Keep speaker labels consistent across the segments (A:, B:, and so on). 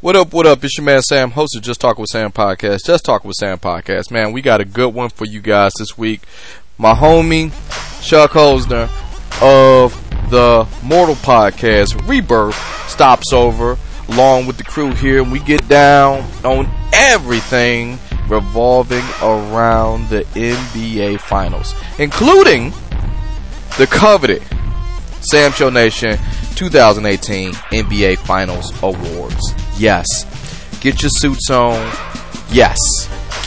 A: What up, what up? It's your man Sam, host of Just Talk with Sam podcast. Just Talk with Sam podcast. Man, we got a good one for you guys this week. My homie, Chuck Hosner of the Mortal Podcast Rebirth stops over along with the crew here, and we get down on everything revolving around the NBA Finals, including the coveted Sam Show Nation 2018 NBA Finals Awards. Yes. Get your suits on. Yes.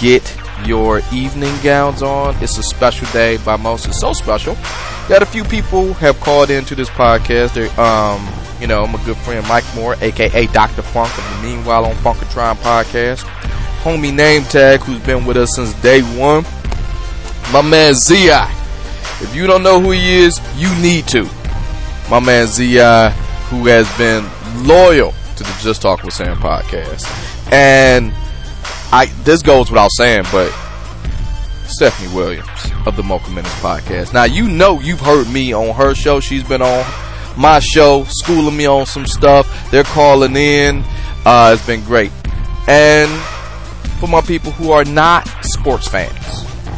A: Get your evening gowns on. It's a special day by most. It's so special that a few people have called into this podcast. They're, um, you know, my good friend Mike Moore, aka Dr. Funk of the Meanwhile on Funkatron podcast. Homie name tag who's been with us since day one. My man Zi. If you don't know who he is, you need to. My man Zi, who has been loyal to the Just Talk with Sam podcast. And I this goes without saying, but Stephanie Williams of the Mocha Minutes podcast. Now you know you've heard me on her show. She's been on my show, schooling me on some stuff. They're calling in. Uh, it's been great. And for my people who are not sports fans,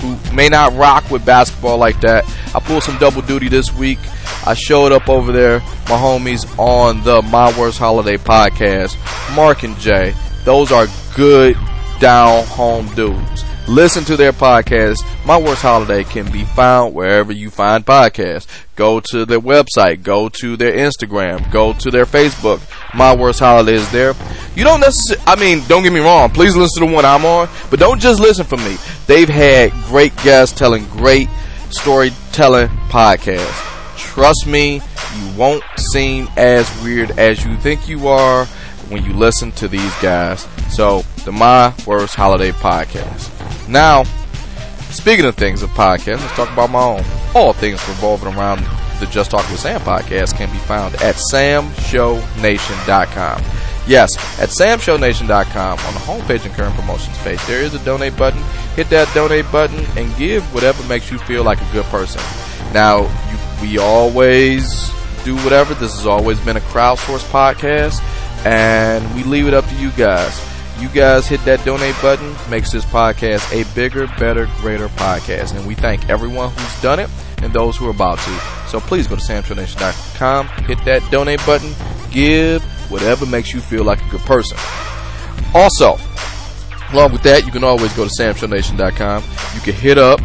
A: who may not rock with basketball like that, I pulled some double duty this week. I showed up over there, my homies on the My Worst Holiday podcast. Mark and Jay, those are good down home dudes. Listen to their podcast. My Worst Holiday can be found wherever you find podcasts. Go to their website, go to their Instagram, go to their Facebook. My Worst Holiday is there. You don't necessarily, I mean, don't get me wrong. Please listen to the one I'm on, but don't just listen for me. They've had great guests telling great storytelling podcasts. Trust me, you won't seem as weird as you think you are when you listen to these guys. So, the My Worst Holiday Podcast. Now, speaking of things of podcasts, let's talk about my own. All things revolving around the Just Talk with Sam podcast can be found at samshownation.com. Yes, at samshownation.com on the homepage and current promotions page, there is a donate button. Hit that donate button and give whatever makes you feel like a good person. Now, you, we always do whatever. This has always been a crowdsourced podcast, and we leave it up to you guys. You guys hit that donate button, makes this podcast a bigger, better, greater podcast. And we thank everyone who's done it and those who are about to. So please go to samtronation.com, hit that donate button, give whatever makes you feel like a good person. Also, along with that, you can always go to samtronation.com. You can hit up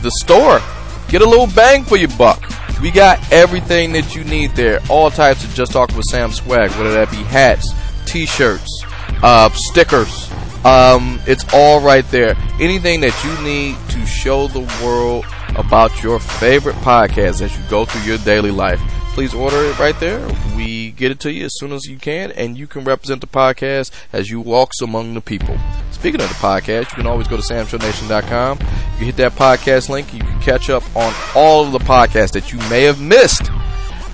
A: the store get a little bang for your buck. We got everything that you need there. All types of Just Talk with Sam swag, whether that be hats, t-shirts, uh, stickers. Um, it's all right there. Anything that you need to show the world about your favorite podcast as you go through your daily life. Please order it right there. We get it to you as soon as you can, and you can represent the podcast as you walks among the people. Speaking of the podcast, you can always go to samshownation.com. You can hit that podcast link. You can catch up on all of the podcasts that you may have missed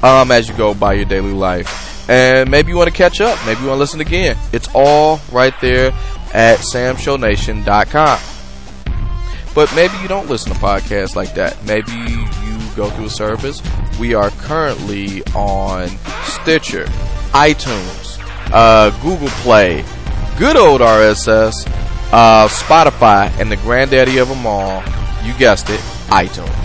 A: um, as you go by your daily life. And maybe you want to catch up. Maybe you want to listen again. It's all right there at samshownation.com. But maybe you don't listen to podcasts like that. Maybe you go through a service. We are currently on Stitcher, iTunes, uh, Google Play, good old RSS, uh, Spotify, and the granddaddy of them all, you guessed it,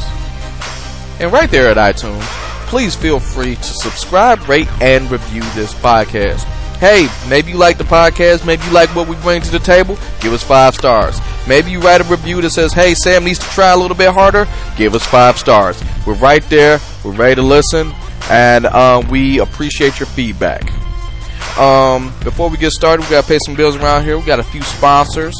A: iTunes. And right there at iTunes, please feel free to subscribe, rate, and review this podcast. Hey, maybe you like the podcast, maybe you like what we bring to the table, give us five stars. Maybe you write a review that says, hey, Sam needs to try a little bit harder, give us five stars. We're right there, we're ready to listen, and uh, we appreciate your feedback. Um, before we get started, we gotta pay some bills around here. We got a few sponsors.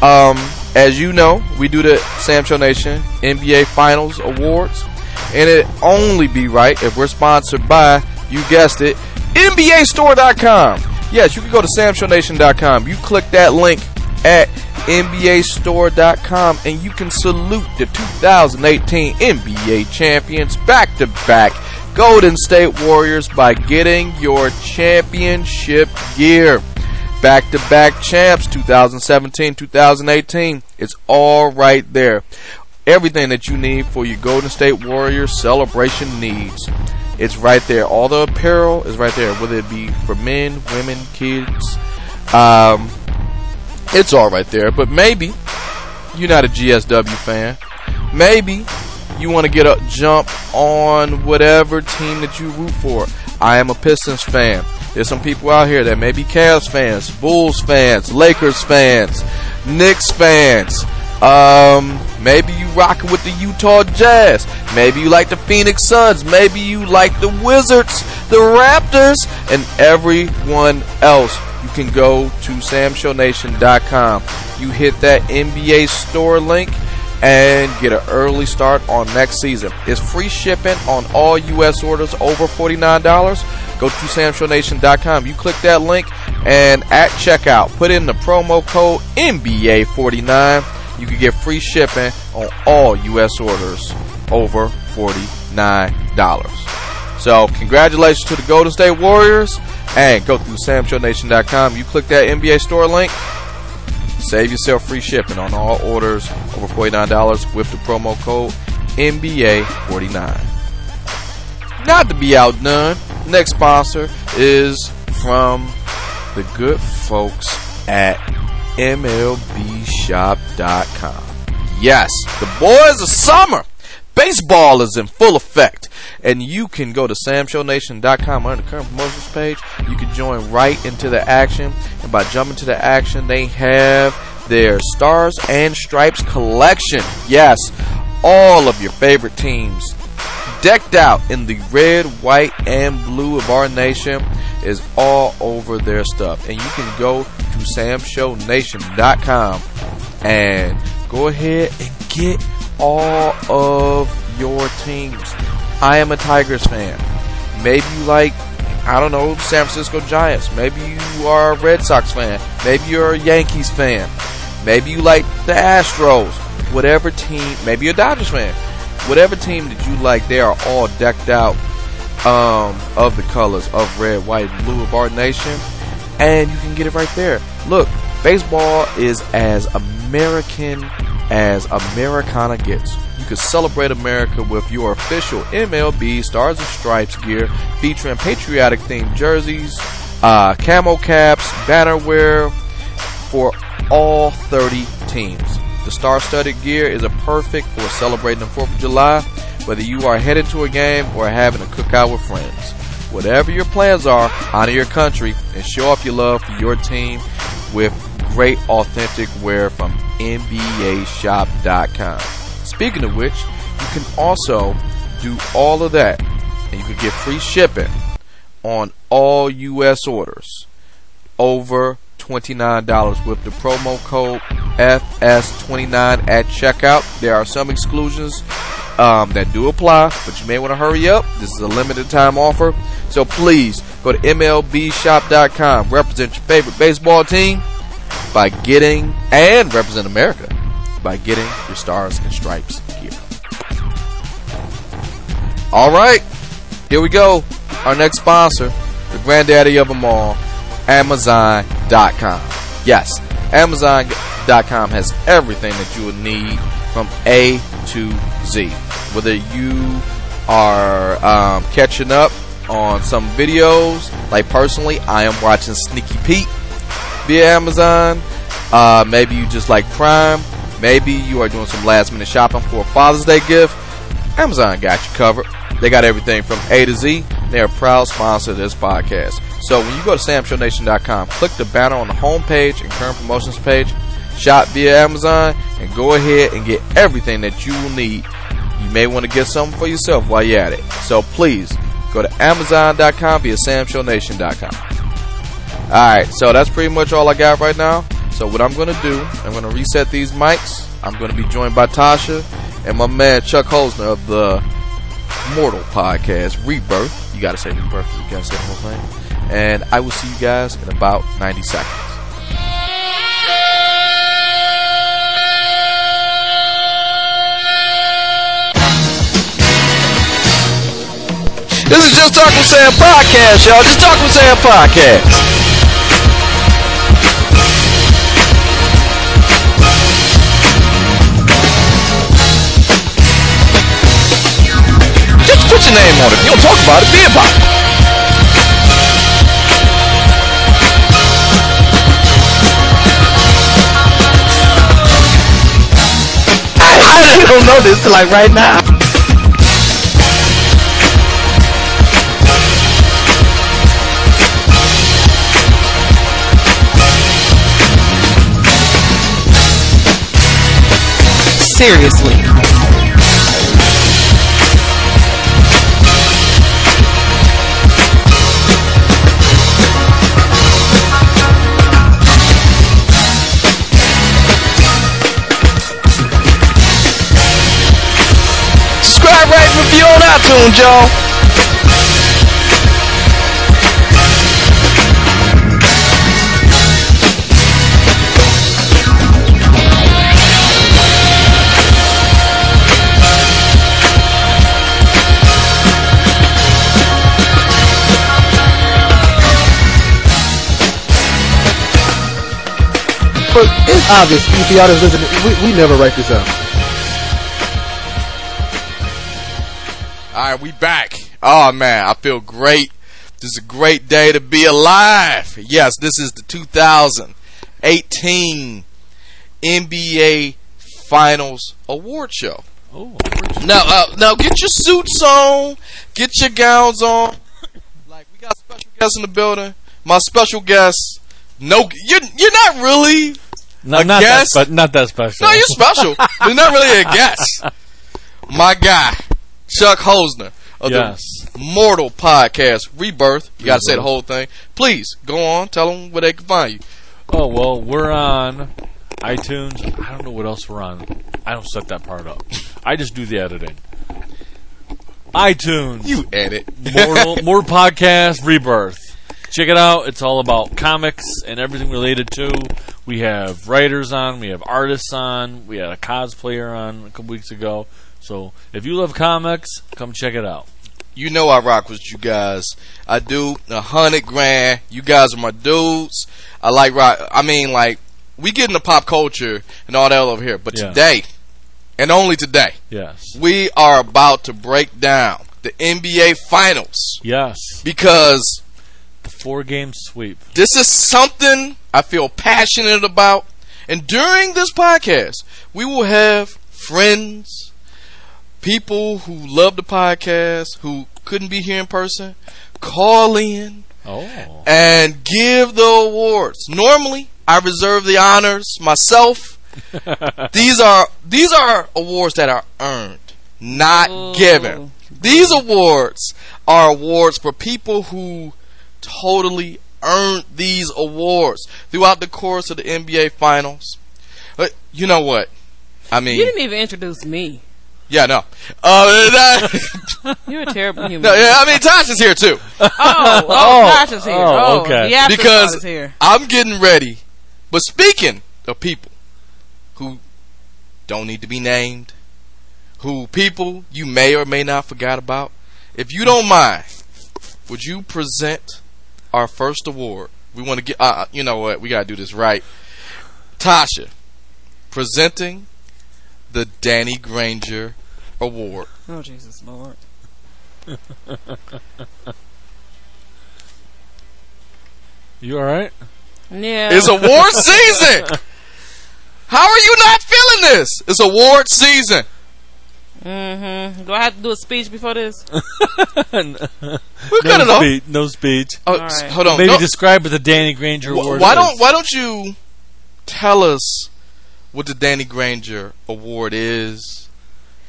A: Um, as you know, we do the Sam Show Nation NBA Finals Awards, and it only be right if we're sponsored by, you guessed it, NBAStore.com. Yes, you can go to samshownation.com. You click that link at NBAStore.com, and you can salute the 2018 NBA champions back to back. Golden State Warriors by getting your championship gear. Back to back champs 2017 2018. It's all right there. Everything that you need for your Golden State Warriors celebration needs. It's right there. All the apparel is right there, whether it be for men, women, kids, Um, it's all right there, but maybe you're not a GSW fan. Maybe you want to get a jump on whatever team that you root for. I am a Pistons fan. There's some people out here that may be Cavs fans, Bulls fans, Lakers fans, Knicks fans. Um, maybe you rocking with the Utah Jazz. Maybe you like the Phoenix Suns. Maybe you like the Wizards, the Raptors, and everyone else. You can go to samshownation.com. You hit that NBA store link and get an early start on next season. It's free shipping on all U.S. orders over $49. Go to samshownation.com. You click that link and at checkout, put in the promo code NBA49. You can get free shipping on all U.S. orders over $49. So, congratulations to the Golden State Warriors. And go through samshownation.com. You click that NBA store link. Save yourself free shipping on all orders over $49 with the promo code NBA49. Not to be outdone, next sponsor is from the good folks at MLBShop.com. Yes, the boys of summer. Baseball is in full effect. And you can go to samshownation.com under the current promotions page. You can join right into the action. And by jumping to the action, they have their Stars and Stripes collection. Yes, all of your favorite teams decked out in the red, white, and blue of our nation is all over their stuff. And you can go to samshownation.com and go ahead and get all of your teams. I am a Tigers fan. Maybe you like, I don't know, San Francisco Giants. Maybe you are a Red Sox fan. Maybe you're a Yankees fan. Maybe you like the Astros. Whatever team, maybe you're a Dodgers fan. Whatever team that you like, they are all decked out um, of the colors of red, white, and blue of our nation, and you can get it right there. Look, baseball is as American as Americana gets. You can celebrate America with your official MLB Stars and Stripes gear featuring patriotic themed jerseys, uh, camo caps, bannerware for all 30 teams. The star studded gear is a perfect for celebrating the 4th of July, whether you are headed to a game or having a cookout with friends. Whatever your plans are, honor your country and show off your love for your team with great authentic wear from NBAShop.com. Speaking of which, you can also do all of that and you can get free shipping on all U.S. orders over $29 with the promo code FS29 at checkout. There are some exclusions um, that do apply, but you may want to hurry up. This is a limited time offer. So please go to MLBShop.com, represent your favorite baseball team by getting and represent America by getting your stars and stripes gear. All right, here we go. Our next sponsor, the granddaddy of them all, Amazon.com. Yes, Amazon.com has everything that you would need from A to Z. Whether you are um, catching up on some videos, like personally, I am watching Sneaky Pete via Amazon. Uh, maybe you just like Prime. Maybe you are doing some last minute shopping for a Father's Day gift. Amazon got you covered. They got everything from A to Z. They are a proud sponsor of this podcast. So when you go to samshownation.com, click the banner on the homepage and current promotions page, shop via Amazon, and go ahead and get everything that you will need. You may want to get something for yourself while you're at it. So please go to amazon.com via samshownation.com. Alright, so that's pretty much all I got right now. So what I'm gonna do, I'm gonna reset these mics. I'm gonna be joined by Tasha and my man Chuck Hosner of the Mortal Podcast Rebirth. You gotta say Rebirth, you gotta say the whole thing. And I will see you guys in about 90 seconds. This is just talking Sam podcast, y'all. Just talking Sam podcast. Just put your name on it. If you don't talk about it, be about it.
B: don't know this till like right now. Seriously. Subscribe, rate, and review on iTunes, y'all.
C: But it's obvious for y'all that's listening. We, we never write this out.
A: All right, we back. Oh man, I feel great. This is a great day to be alive. Yes, this is the 2018 NBA Finals Award Show.
B: Oh,
A: Now, uh, now get your suits on, get your gowns on. Like we got special guests in the building. My special guest, no, you're you're not really.
D: No,
A: A
D: not
A: guest?
D: that, spe- not that special.
A: No, you're special. you're not really a guest. My guy, Chuck Hosner of
D: yes.
A: the Mortal Podcast Rebirth. You got to say the whole thing. Please go on. Tell them where they can find you.
D: Oh well, we're on iTunes. I don't know what else we're on. I don't set that part up. I just do the editing. iTunes,
A: You edit.
D: Mortal, more podcast rebirth. Check it out. It's all about comics and everything related to. We have writers on, we have artists on, we had a cosplayer on a couple weeks ago. So if you love comics, come check it out.
A: You know I rock with you guys. I do a hundred grand. You guys are my dudes. I like rock. I mean, like we get into pop culture and all that over here, but
D: Yeah.
A: today, and only today,
D: Yes,
A: we are about to break down the NBA Finals
D: yes,
A: because
D: the four game sweep.
A: this is something I feel passionate about. And during this podcast, we will have friends, people who love the podcast, who couldn't be here in person, call in
D: Oh,
A: and give the awards. Normally, I reserve the honors myself. these are these are awards that are earned, not given. These awards are awards for people who totally earned these awards throughout the course of the NBA finals. But you know what? I
E: You
A: mean,
E: didn't even introduce me.
A: yeah, no. Uh, that-
E: You're a terrible human.
A: no, yeah, I mean, Tosh is here too.
E: Oh, oh, Tosh is here.
D: oh,
E: Oh,
D: okay.
E: The after
A: Because-
E: because is here.
A: I'm getting ready. But speaking of people who don't need to be named, who people you may or may not forgot about, if you don't mind, would you present our first award? We want to get. Uh, you know what? We gotta do this right. Tasha presenting the Danny Granger Award.
E: Oh Jesus Lord.
D: you all right?
E: Yeah.
A: It's award season. How are you not feeling this? It's award season.
E: mm-hmm. Do I have to do a speech before this?
A: Uh, We cut it off.
D: speech. No speech.
A: Oh,
E: All
A: s-
E: right.
A: Hold on.
D: Maybe
A: No,
D: describe what the Danny Granger
A: wh-
D: Award.
A: why
D: is.
A: don't Why don't you tell us what the Danny Granger Award is?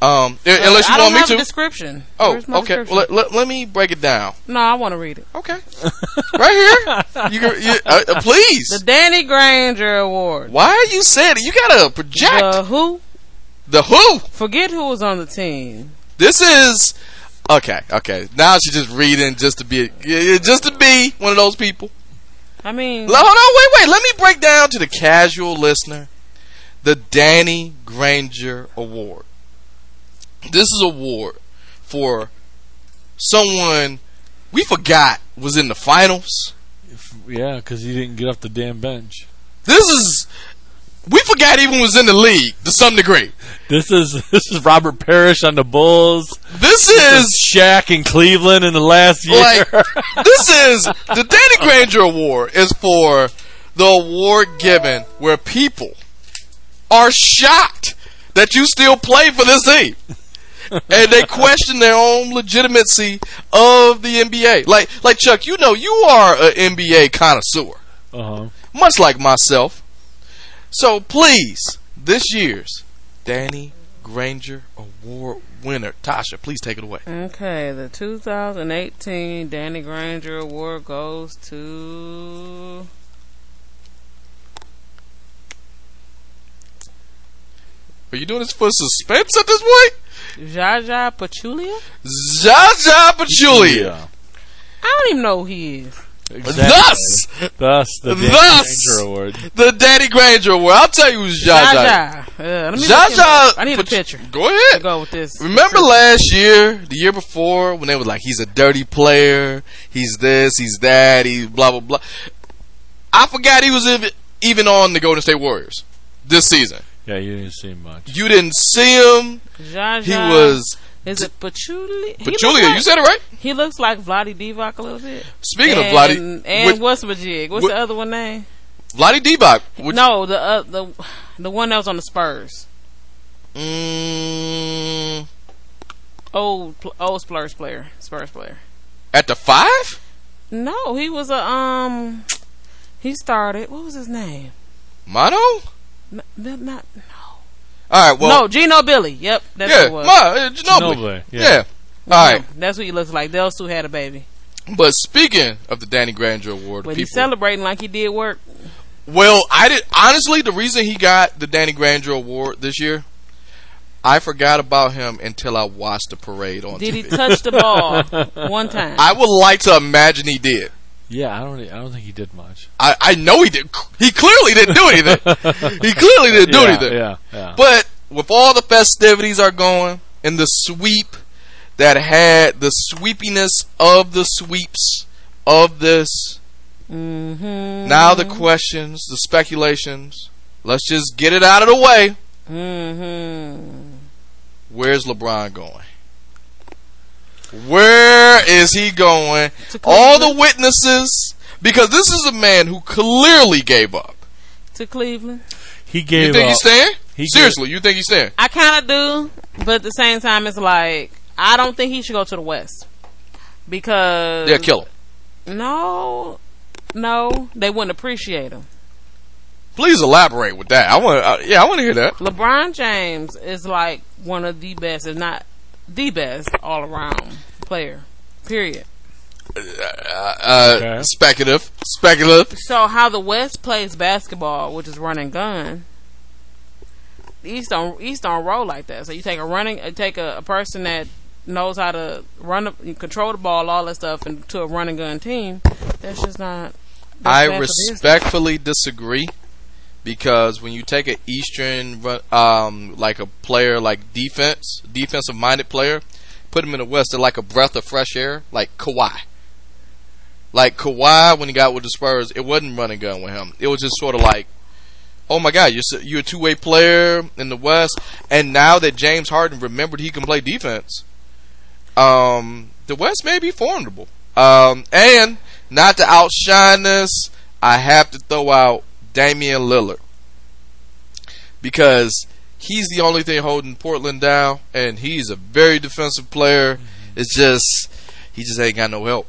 A: Um, i- unless
E: Uh, I
A: you
E: don't
A: want me
E: have
A: to.
E: A description.
A: oh,
E: Where's my
A: okay.
E: description?
A: Well, let, let, let me break it down.
E: no, I want to read it.
A: Okay, right here. You, can- you uh, uh, please.
E: The Danny Granger Award.
A: why are you saying it? You gotta project
E: The who?
A: the who.
E: Forget who was on the team.
A: This is okay. Okay, now she's just reading just to be yeah, just to be one of those people.
E: I mean,
A: Hold on, wait, wait. Let me break down to the casual listener the Danny Granger Award. This is an award for someone we forgot was in the finals.
D: If- yeah, because he didn't get off the damn bench.
A: This is we forgot even was in the league to some degree.
D: This is this is Robert Parrish on the Bulls.
A: This
D: This
A: is
D: is Shaq in Cleveland in the last year.
A: like this is the Danny Granger Award is for the award given where people are shocked that you still play for this team. and they question their own legitimacy of the NBA. Like, like Chuck, you know, you are an NBA connoisseur,
D: Uh-huh.
A: much like myself. So please, this year's Danny Granger Award winner, Tasha, please take it away.
E: Okay, the 2018 Danny Granger Award goes to.
A: Are you doing this for suspense at this point?
E: Jaja Pachulia?
A: Zaza Pachulia.
D: Yeah.
E: I don't even know who he is.
D: Exactly.
A: Thus,
D: Thus the Dan
A: Thus!
D: Granger Award.
A: the Danny Granger Award. I'll tell you who's Zaza.
E: Jaja. Yeah, Uh, let me look him
A: Zaza.
E: up. I need a
A: Pachu-
E: picture.
A: Go ahead.
E: To go with this.
A: Remember last year, the year before, when they were like, he's a dirty player, he's this, he's that, he's blah, blah, blah. I forgot he was ev- even on the Golden State Warriors this season.
D: Yeah, you didn't see much.
A: You didn't see him.
E: Jaja.
A: He was.
E: Is it Pachulia? He looks
A: Pachulia,
E: like-
A: you said it right.
E: He looks like Vladi Divac a little bit.
A: Speaking
E: and,
A: of Vladdy,
E: And
A: which-
E: what's Majig? What's
A: which-
E: the other one name?
A: Vladdy Divac. which-
E: no, the uh, the the one that was on the Spurs.
A: Mm,
E: Old pl- old Spurs player. Spurs player.
A: at the five?
E: No, he was a um. He started. What was his name?
A: Mono? All
E: N- n- not
A: right, well.
E: no, Gino Billy. Yep, that's
A: yeah,
E: who it was.
A: Ma, uh, Ginobili.
D: Ginobili,
A: Yeah.
D: yeah.
A: All right,
E: That's what he looks like. Those two had a baby,
A: but speaking of the Danny Granger Award,
E: but he's
A: people,
E: celebrating like he did work.
A: Well, I did honestly the reason he got the Danny Granger award this year, I forgot about him until I watched the parade on
E: Did he
A: TV.
E: touch the ball one time?
A: I would like to imagine he did.
D: Yeah, I don't. I don't think he did much.
A: I, I know he did. He clearly didn't do anything. he clearly didn't do
D: yeah,
A: anything.
D: Yeah, yeah.
A: But with all the festivities are going and the sweep that had the sweepiness of the sweeps of this
E: mm-hmm.
A: now the questions, the speculations. Let's just get it out of the way.
E: Mm-hmm.
A: Where's LeBron going? Where is he going? All the witnesses, because this is a man who clearly gave up.
E: to Cleveland.
D: he
A: You
D: gave
A: think he's
D: up.
A: staying?
D: He
A: Seriously, you think he's staying?
E: I kind of do, but at the same time, it's like I don't think he should go to the West because
A: Yeah, kill him.
E: no, no, they wouldn't appreciate him.
A: Please elaborate with that. I want. Uh, yeah, I want to hear that.
E: LeBron James is like one of the best, if not the best, all around player. Period.
A: Uh,
D: Okay.
A: Speculative, speculative.
E: So how the West plays basketball, which is run and gun. the East don't East don't roll like that. So you take a running, uh, take a, a person that knows how to run, the, control the ball, all that stuff, and to a run and gun team. That's just not. that's
A: I
E: bad for business.
A: respectfully disagree because when you take an Eastern, run- um, like a player like defense, defensive minded player, put him in the West, they're like a breath of fresh air, like Kawhi. Like Kawhi when he got with the Spurs, it wasn't running gun with him. It was just sort of like, oh my God, you're s- you're a two way player in the West, and now that James Harden remembered he can play defense, um, the West may be formidable. Um, and not to outshine this, I have to throw out Damian Lillard because he's the only thing holding Portland down, and he's a very defensive player.
E: Mm-hmm.
A: It's just he just ain't got no help.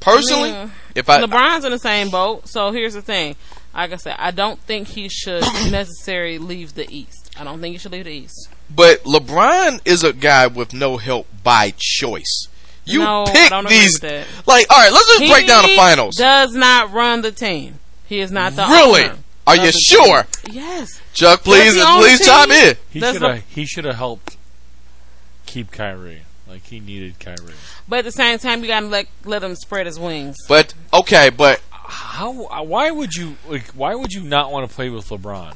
A: Personally,
E: Yeah.
A: if I
E: LeBron's in the same boat. So here's the thing. Like I said, I don't think he should necessarily leave the East. I don't think he should leave the East.
A: But LeBron is a guy with no help by choice. You
E: No, I
A: pick
E: don't agree
A: these.
E: with that.
A: Like, all right, let's just break down the
E: He
A: finals.
E: Does not run the team. He is not the
A: Really?
E: owner.
A: Are you
E: Doesn't-
A: sure?
E: Yes.
A: Chuck, please,
E: the only
A: please
E: team-
A: chime in.
D: He
E: That's
D: should
E: not-
D: have. He should have helped keep Kyrie. Like he needed Kyrie.
E: But at the same time, you gotta let let him spread his wings.
A: But okay, but
D: How? uh, Why would you? Like, why would you not want to play with LeBron?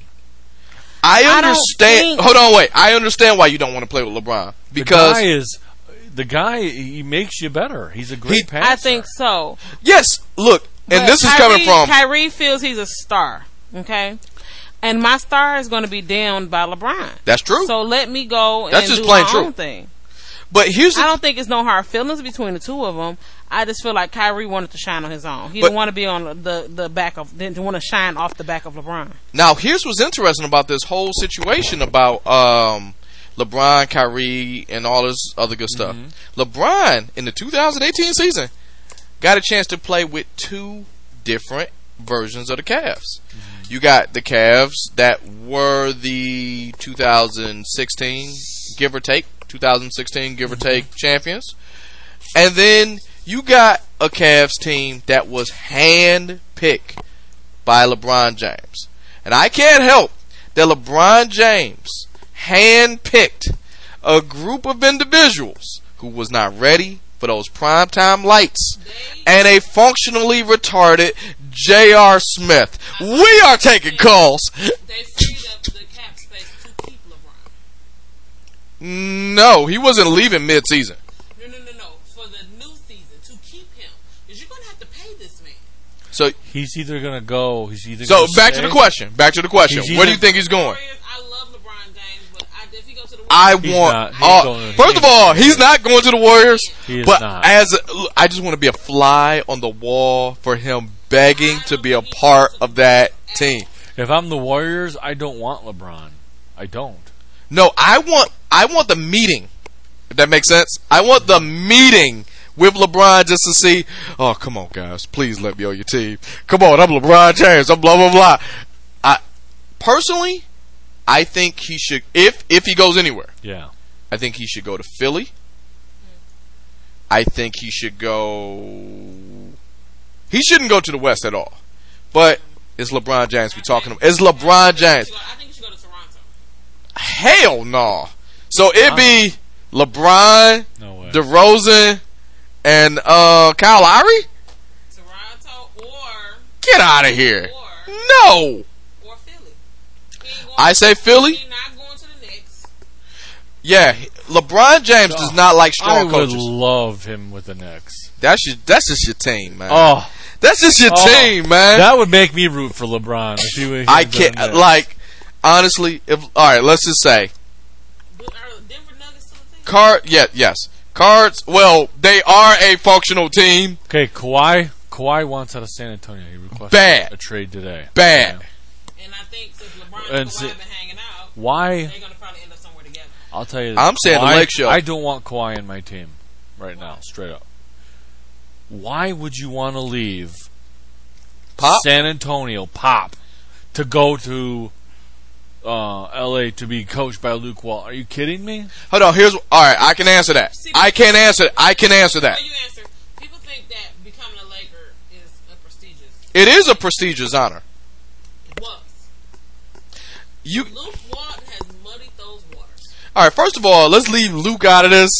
A: I
E: don't
A: understand.
E: think-
A: hold on, wait. I understand why you don't want to play with LeBron
D: the guy
A: because
D: is the guy. He makes you better. He's a great
A: He-
D: passer.
E: I think so.
A: yes, look, and
E: But
A: this is
E: Kyrie-
A: coming from
E: Kyrie feels he's a star. Okay. And my star is going to be downed by LeBron.
A: that's true.
E: So let me go and
A: That's just
E: do
A: plain
E: my
A: true.
E: own thing.
A: But here's the
E: I don't think it's no hard feelings between the two of them. I just feel like Kyrie wanted to shine on his own. He
A: But-
E: didn't want to be on the the back of didn't want to shine off the back of LeBron.
A: Now, here's what's interesting about this whole situation about um, LeBron, Kyrie, and all this other good stuff. LeBron in the 2018 season got a chance to play with two different versions of the Cavs. You got the Cavs that were the 2016, give or take, 2016, give or take champions. And then you got a Cavs team that was hand picked by LeBron James. And I can't help that LeBron James handpicked a group of individuals who was not ready for those primetime lights and a functionally retarded J.R. Smith. We are taking calls.
E: They freed up the cap space to keep LeBron.
A: No, he wasn't leaving midseason.
E: No, no, no, no. For the new season, to keep him, because you're gonna have to pay this man.
A: So,
D: He's either gonna go. He's either.
A: so
D: gonna
A: back to
D: stay.
A: the question. Back to the question.
D: He's
A: Where do
D: either-
A: you think he's going?
E: I love LeBron James, but I, if he goes to the
A: I
D: He's
A: want.
D: not. He's
A: all-
D: going to-
A: first of all, he's not going to the Warriors.
D: He is
A: but
D: not.
A: as a, look, I just want to be a fly on the wall for him begging to be a part of that team.
D: If I'm the Warriors, I don't want LeBron. I don't.
A: No, I want. I want the meeting. If that makes sense, I want the meeting with LeBron just to see. Oh, come on, guys, please let me on your team. Come on, I'm LeBron James. I'm blah blah blah. I personally, I think he should. If if he goes anywhere.
D: Yeah.
A: I think he should go to Philly. I think he should go. He shouldn't go to the West at all. But it's LeBron James we talking about. It's LeBron James.
E: I think you should go to Toronto.
A: Hell no. So it'd be LeBron,
D: No way.
A: DeRozan, and uh, Kyle Lowry.
E: Toronto or
A: Get out of here.
E: or
A: No.
E: or Philly.
A: I say Philly.
E: He's not going to the Knicks.
A: Yeah, LeBron James does not like
D: I
A: strong
D: would
A: coaches.
D: love him with the Knicks.
A: That's your. That's just your team, man.
D: Oh,
A: that's just your
D: Oh.
A: team, man.
D: that would make me root for LeBron. If he was
A: I
D: the
A: can't
D: Knicks.
A: like honestly. If all right, let's just say
E: But Are the Denver Nuggets still a team?
A: card. Yeah, yes, cards. Well, they are a functional team.
D: Okay, Kawhi. Kawhi wants out of San Antonio. He requested
A: Bad.
D: a trade today.
A: Bad.
D: Yeah.
E: And I think since LeBron
D: And
E: and Kawhi
D: si-
E: been hanging out,
D: Why?
E: they're gonna probably end up somewhere together.
D: I'll tell you. This.
A: I'm saying the
D: Kawhi-
A: Lake Show.
D: I don't want Kawhi in my team right now, straight up. Why would you want to leave
A: Pop.
D: San Antonio Pop to go to uh, L.A. to be coached by Luke Wall? Are you kidding me?
A: Hold on. Here's all right. I can answer that. I can answer. I can answer that.
E: Before you answer, people think that becoming a Laker is a prestigious.
A: It is a prestigious honor.
E: It was.
A: You
E: Luke Walton has muddied those waters.
A: all right? First of all, let's leave Luke out of this.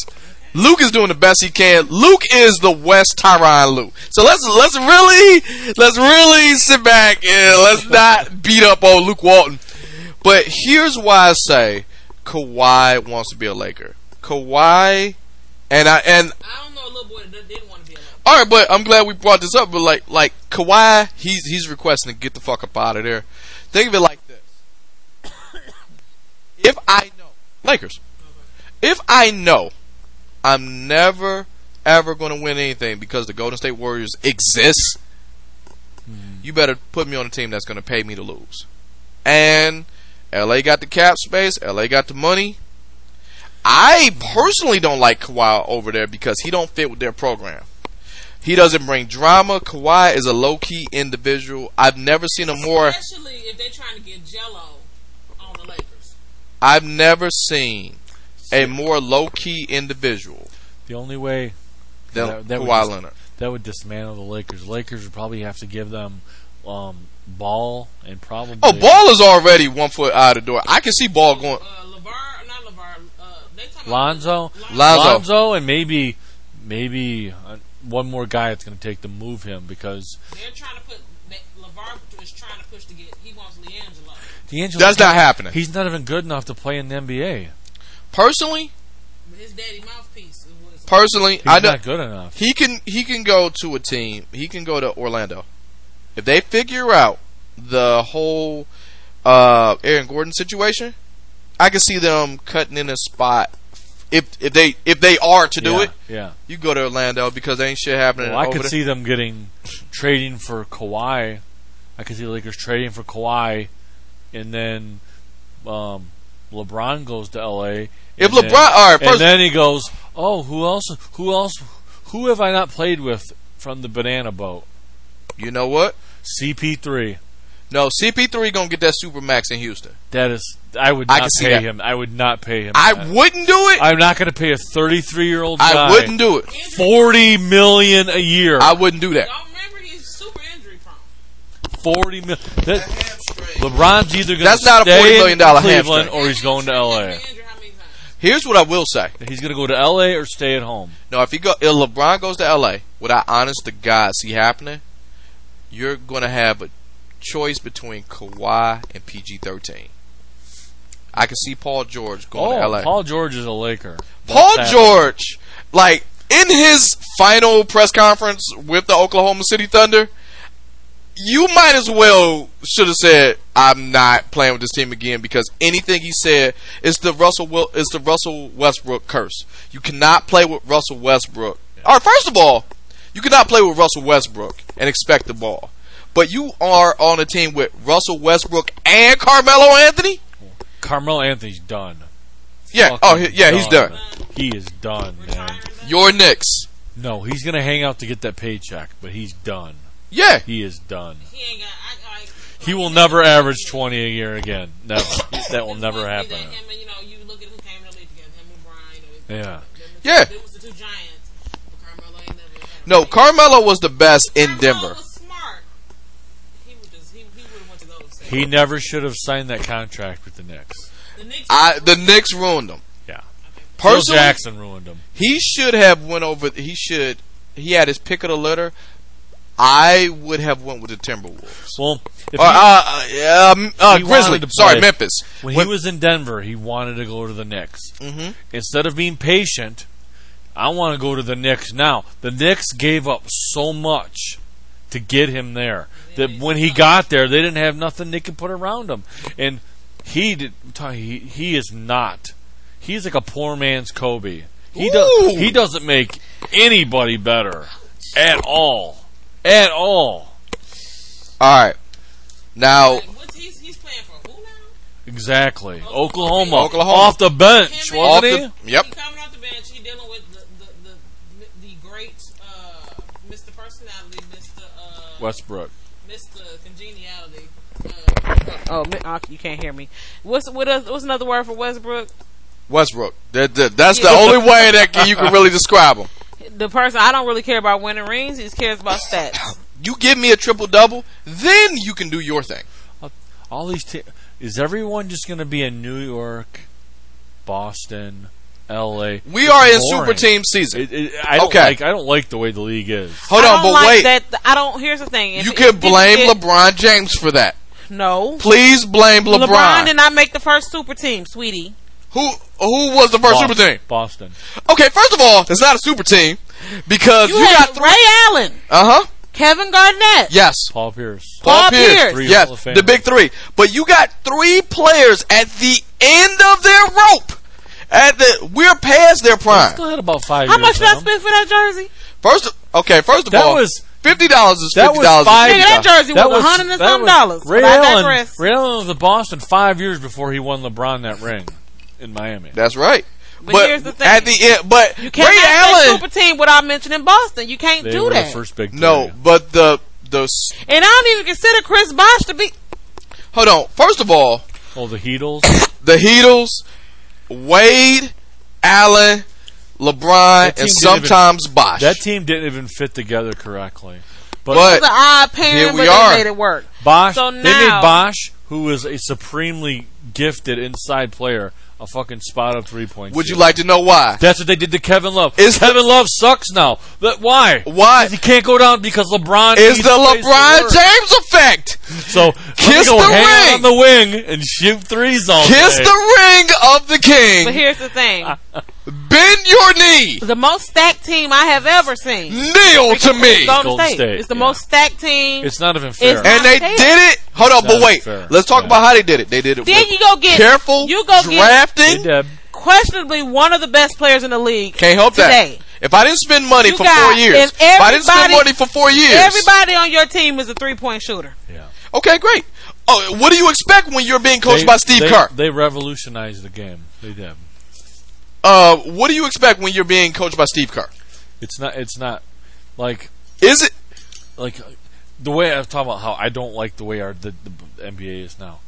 A: Luke is doing the best he can. Luke is the West Tyron Luke. So let's let's really let's really sit back and let's not beat up on Luke Walton. But here's why I say Kawhi wants to be a Laker. Kawhi and I and
E: I don't know a little boy that didn't want to be a Laker.
A: all right, but I'm glad we brought this up. But like like Kawhi, he's he's requesting to get the fuck up out of there. Think of it like this: if I know Lakers, if I know I'm never ever going to win anything because the Golden State Warriors exist, you better put me on a team that's going to pay me to lose. And LA got the cap space. LA got the money. I personally don't like Kawhi over there because he don't fit with their program. He doesn't bring drama. Kawhi is a low key individual. I've never seen a more
E: Especially if they're trying to get Jello on the Lakers.
A: I've never seen a more low key individual
D: The only way
A: than
D: That- that would
A: Kawhi
D: just-
A: Leonard.
D: that would dismantle the Lakers. Lakers would probably have to give them um, Ball and probably
A: Oh, Ball is already one foot out of the door. I can see Ball going.
E: Uh, LeVar, not LeVar. Uh, they talking
D: Lonzo,
E: About
A: Lonzo.
D: and maybe maybe uh, one more guy that's going to take to move him because
E: They're trying to put. They, LeVar is trying to push to get. He wants LiAngelo.
D: D'Angelo.
A: That's not happening.
D: He's not even good enough to play in the NBA.
A: Personally,
E: But his daddy mouthpiece was.
A: personally,
D: He's
A: I know
D: not good enough.
A: he can he can go to a team. He can go to Orlando. If they figure out the whole uh, Aaron Gordon situation, I can see them cutting in a spot if if they if they are to do
D: yeah,
A: it,
D: Yeah.
A: you go to Orlando because ain't shit happening
D: Well, I
A: over
D: could
A: there.
D: see them getting trading for Kawhi. I could see the Lakers trading for Kawhi, and then um, LeBron goes to LA.
A: if
D: and
A: LeBron,
D: then-
A: all right,
D: and
A: first,
D: then he goes, "Oh, who else? Who else? Who have I not played with from the banana boat?
A: you know what?
D: CP3.
A: No, CP3 gonna get that super max in Houston.
D: That is, I would
A: I
D: not
A: can see
D: pay
A: that.
D: him. I would not pay him.
A: I
D: that.
A: wouldn't do it. I,
D: I'm not going to pay a 33 year old guy
A: wouldn't do it.
D: 40 million a year.
A: I wouldn't do that.
E: Y'all remember he's super injury prone.
D: 40 million. That, LeBron's either going to
A: That's not a $40 million dollar
D: Cleveland
A: hamstring.
D: or he's going to LA.
A: Here's what I will say.
D: He's going to go to LA or stay at home.
A: No, if he go, if LeBron goes to LA, what I honest to God see happening, you're gonna have a choice between Kawhi and PG13. I can see Paul George going to
D: oh,
A: LA.
D: Paul George is a Laker.
A: Paul
D: That's
A: George, like in his final press conference with the Oklahoma City Thunder, you might as well should have said, "I'm not playing with this team again," because anything he said is the Russell Wil- is the Russell Westbrook curse. You cannot play with Russell Westbrook. All right, first of all, you cannot play with Russell Westbrook and expect the ball. But you are on a team with Russell Westbrook and Carmelo Anthony.
D: Carmelo Anthony's done.
A: Yeah.
D: Fucking
A: Oh, he- yeah. He's done.
D: He is done, man.
A: Your Knicks.
D: No, he's going to hang out to get that paycheck, but he's done.
A: Yeah.
D: He is done.
E: He ain't got. I, I,
D: He will never average 20 a year again. Never. that will never happen.
E: Him and, you know, you look at who came in the league together. Him and Brian. You know,
D: Yeah.
A: Yeah.
E: It was the two giants. But Carmelo ain't never had a-
A: No, Carmelo was the best in
E: Carmelo
A: Denver.
E: was smart. He would just. He, he would have went to Golden State.
D: He never should have signed that contract with the Knicks.
E: the Knicks.
A: I the Knicks ruined him.
D: Yeah. Phil
A: Personally,
D: Jackson ruined him.
A: he should have went over. He should. He had his pick of the litter. I would have went with the Timberwolves.
D: Well, if
A: Or, uh,
D: he-
A: uh, um, uh,
D: He
A: Grizzly.
D: wanted to
A: Sorry,
D: play.
A: Memphis.
D: when,
A: When-
D: he was in Denver, he wanted to go to the Knicks.
A: Mhm.
D: Instead of being patient, I want to go to the Knicks now. The Knicks gave up so much to get him there that when he got there, they didn't have nothing they could put around him. And he did. He, he is not. He's like a poor man's Kobe. He does.
A: Ooh.
D: He doesn't make anybody better at all. At all.
A: All right. Now,
E: Like, what's he's, he's playing for who now?
D: Exactly. Oklahoma.
A: Oklahoma.
D: Off the bench,
E: Him and-
A: off
D: wasn't he?
A: the, yep.
E: He coming off the bench. He dealing with the the the, the great uh, Mr. Personality, Mr. Uh,
D: Westbrook.
E: Mr. Congeniality. Uh, oh, oh, you can't hear me. What's what is, what's another word for Westbrook?
A: Westbrook. That, that- that's the
E: Yeah.
A: only way that can, you can really describe him.
E: The person I don't really care about winning rings. He just cares about stats.
A: You give me a triple double, then you can do your thing.
D: All these te- is everyone just going to be in New York, Boston, L.A.
A: We are in
D: boring.
A: super team season.
D: It, it, I don't
A: Okay.
D: like. I don't like the way the league is.
A: Hold
E: I
A: on,
E: don't
A: but
E: like
A: wait.
E: That I don't. Here's the thing. If-
A: you
E: if
A: can
E: people
A: blame
E: get-
A: LeBron James for that.
E: No,
A: Please blame LeBron.
E: did not make the first super team, sweetie.
A: Who who was the first
D: Boston,
A: super team?
D: Boston.
A: Okay, first of all, it's not a super team because
E: You,
A: you,
E: had
A: got
E: Ray Allen,
A: uh huh
E: Kevin Garnett.
A: yes
D: Paul Pierce.
E: Paul
A: Paul,
E: Pierce.
A: Pierce,
D: Three
A: yes
D: Hall of Famers.
A: the big three. But you got three players at the end of their rope. At the we're past their prime.
D: Still had about five.
E: How
D: years
E: much did
D: in
E: I
D: him.
E: spend for that jersey?
A: First of- okay, first of
D: That
A: all,
D: was-
A: fifty dollars is
D: that
A: fifty
D: was
A: dollars.
D: five-
E: Nigga, that jersey
D: That
E: was
D: was
E: a hundred and
D: that
E: some
D: was-
E: dollars.
D: Ray
E: but I
D: Allen.
E: digress.
D: Ray Allen was the Boston five years before he won LeBron that ring in Miami.
A: That's right.
E: But
A: But,
E: here's the thing.
A: at the end, but Ray
E: Can't have that
A: Allen.
E: super team without mentioning Boston. You can't
D: They
E: do
D: were
E: that.
D: the first big.
A: No,
D: three.
A: but the the
E: And I don't even consider Chris Bosh to be.
A: hold on. First of all,
D: Oh, the Heatles.
A: the Heatles, Wade, Allen,
D: That
A: LeBron,
D: team
A: and
D: didn't
A: sometimes Bosh.
D: That team didn't even fit together correctly. But,
E: It was an
A: but
E: odd pairing,
A: Here we
E: but
A: are.
E: they made it work.
D: Bosch,
E: So
D: they
E: now-
D: made Bosch, who is a supremely gifted inside player, a fucking spot up three point.
A: would you
D: shooter.
A: like to know why?
D: That's what they did to Kevin Love.
A: Is-
D: Kevin Love sucks now. But why?
A: Why
D: He can't go down because LeBron
A: is
D: needs
A: the
D: space to
A: LeBron
D: work.
A: James effect?
D: So
A: Kiss
D: let me go
A: the
D: hang
A: ring.
D: on the wing and shoot threes all
A: Kiss
D: day.
A: the ring of the
E: But
A: king.
E: here's the thing:
A: Ah. Bend your knee.
E: the most stacked team I have ever seen.
A: Kneel to me.
E: Golden,
D: Golden
E: State.
D: State,
E: It's the
D: yeah.
E: most stacked team.
D: It's not even fair.
E: not-
A: And they
E: Fair.
A: did it. Hold on,
D: That's
A: but wait.
D: fair.
A: Let's talk
D: Yeah.
A: about how they did it. They did it
E: then
A: with
E: you go get
A: careful
E: You go get
A: drafting.
D: Hey, Deb,
E: unquestionably one of the best players in the league.
A: Can't help
E: today.
A: that. If I didn't spend money
E: You
A: for
E: got-
A: four years,
E: if
A: if I didn't spend
E: everybody-
A: money for four years,
E: Everybody on your team is a three point shooter.
D: Yeah.
A: okay, great. Oh, what do you expect when you're being coached
D: They-
A: by Steve
D: they,
A: Kerr?
D: They revolutionized the game. They did.
A: Uh, what do you expect when you're being coached by Steve Kerr?
D: It's not. It's not like
A: Is it
D: like the way I was talking about how I don't like the way our the, the NBA is now.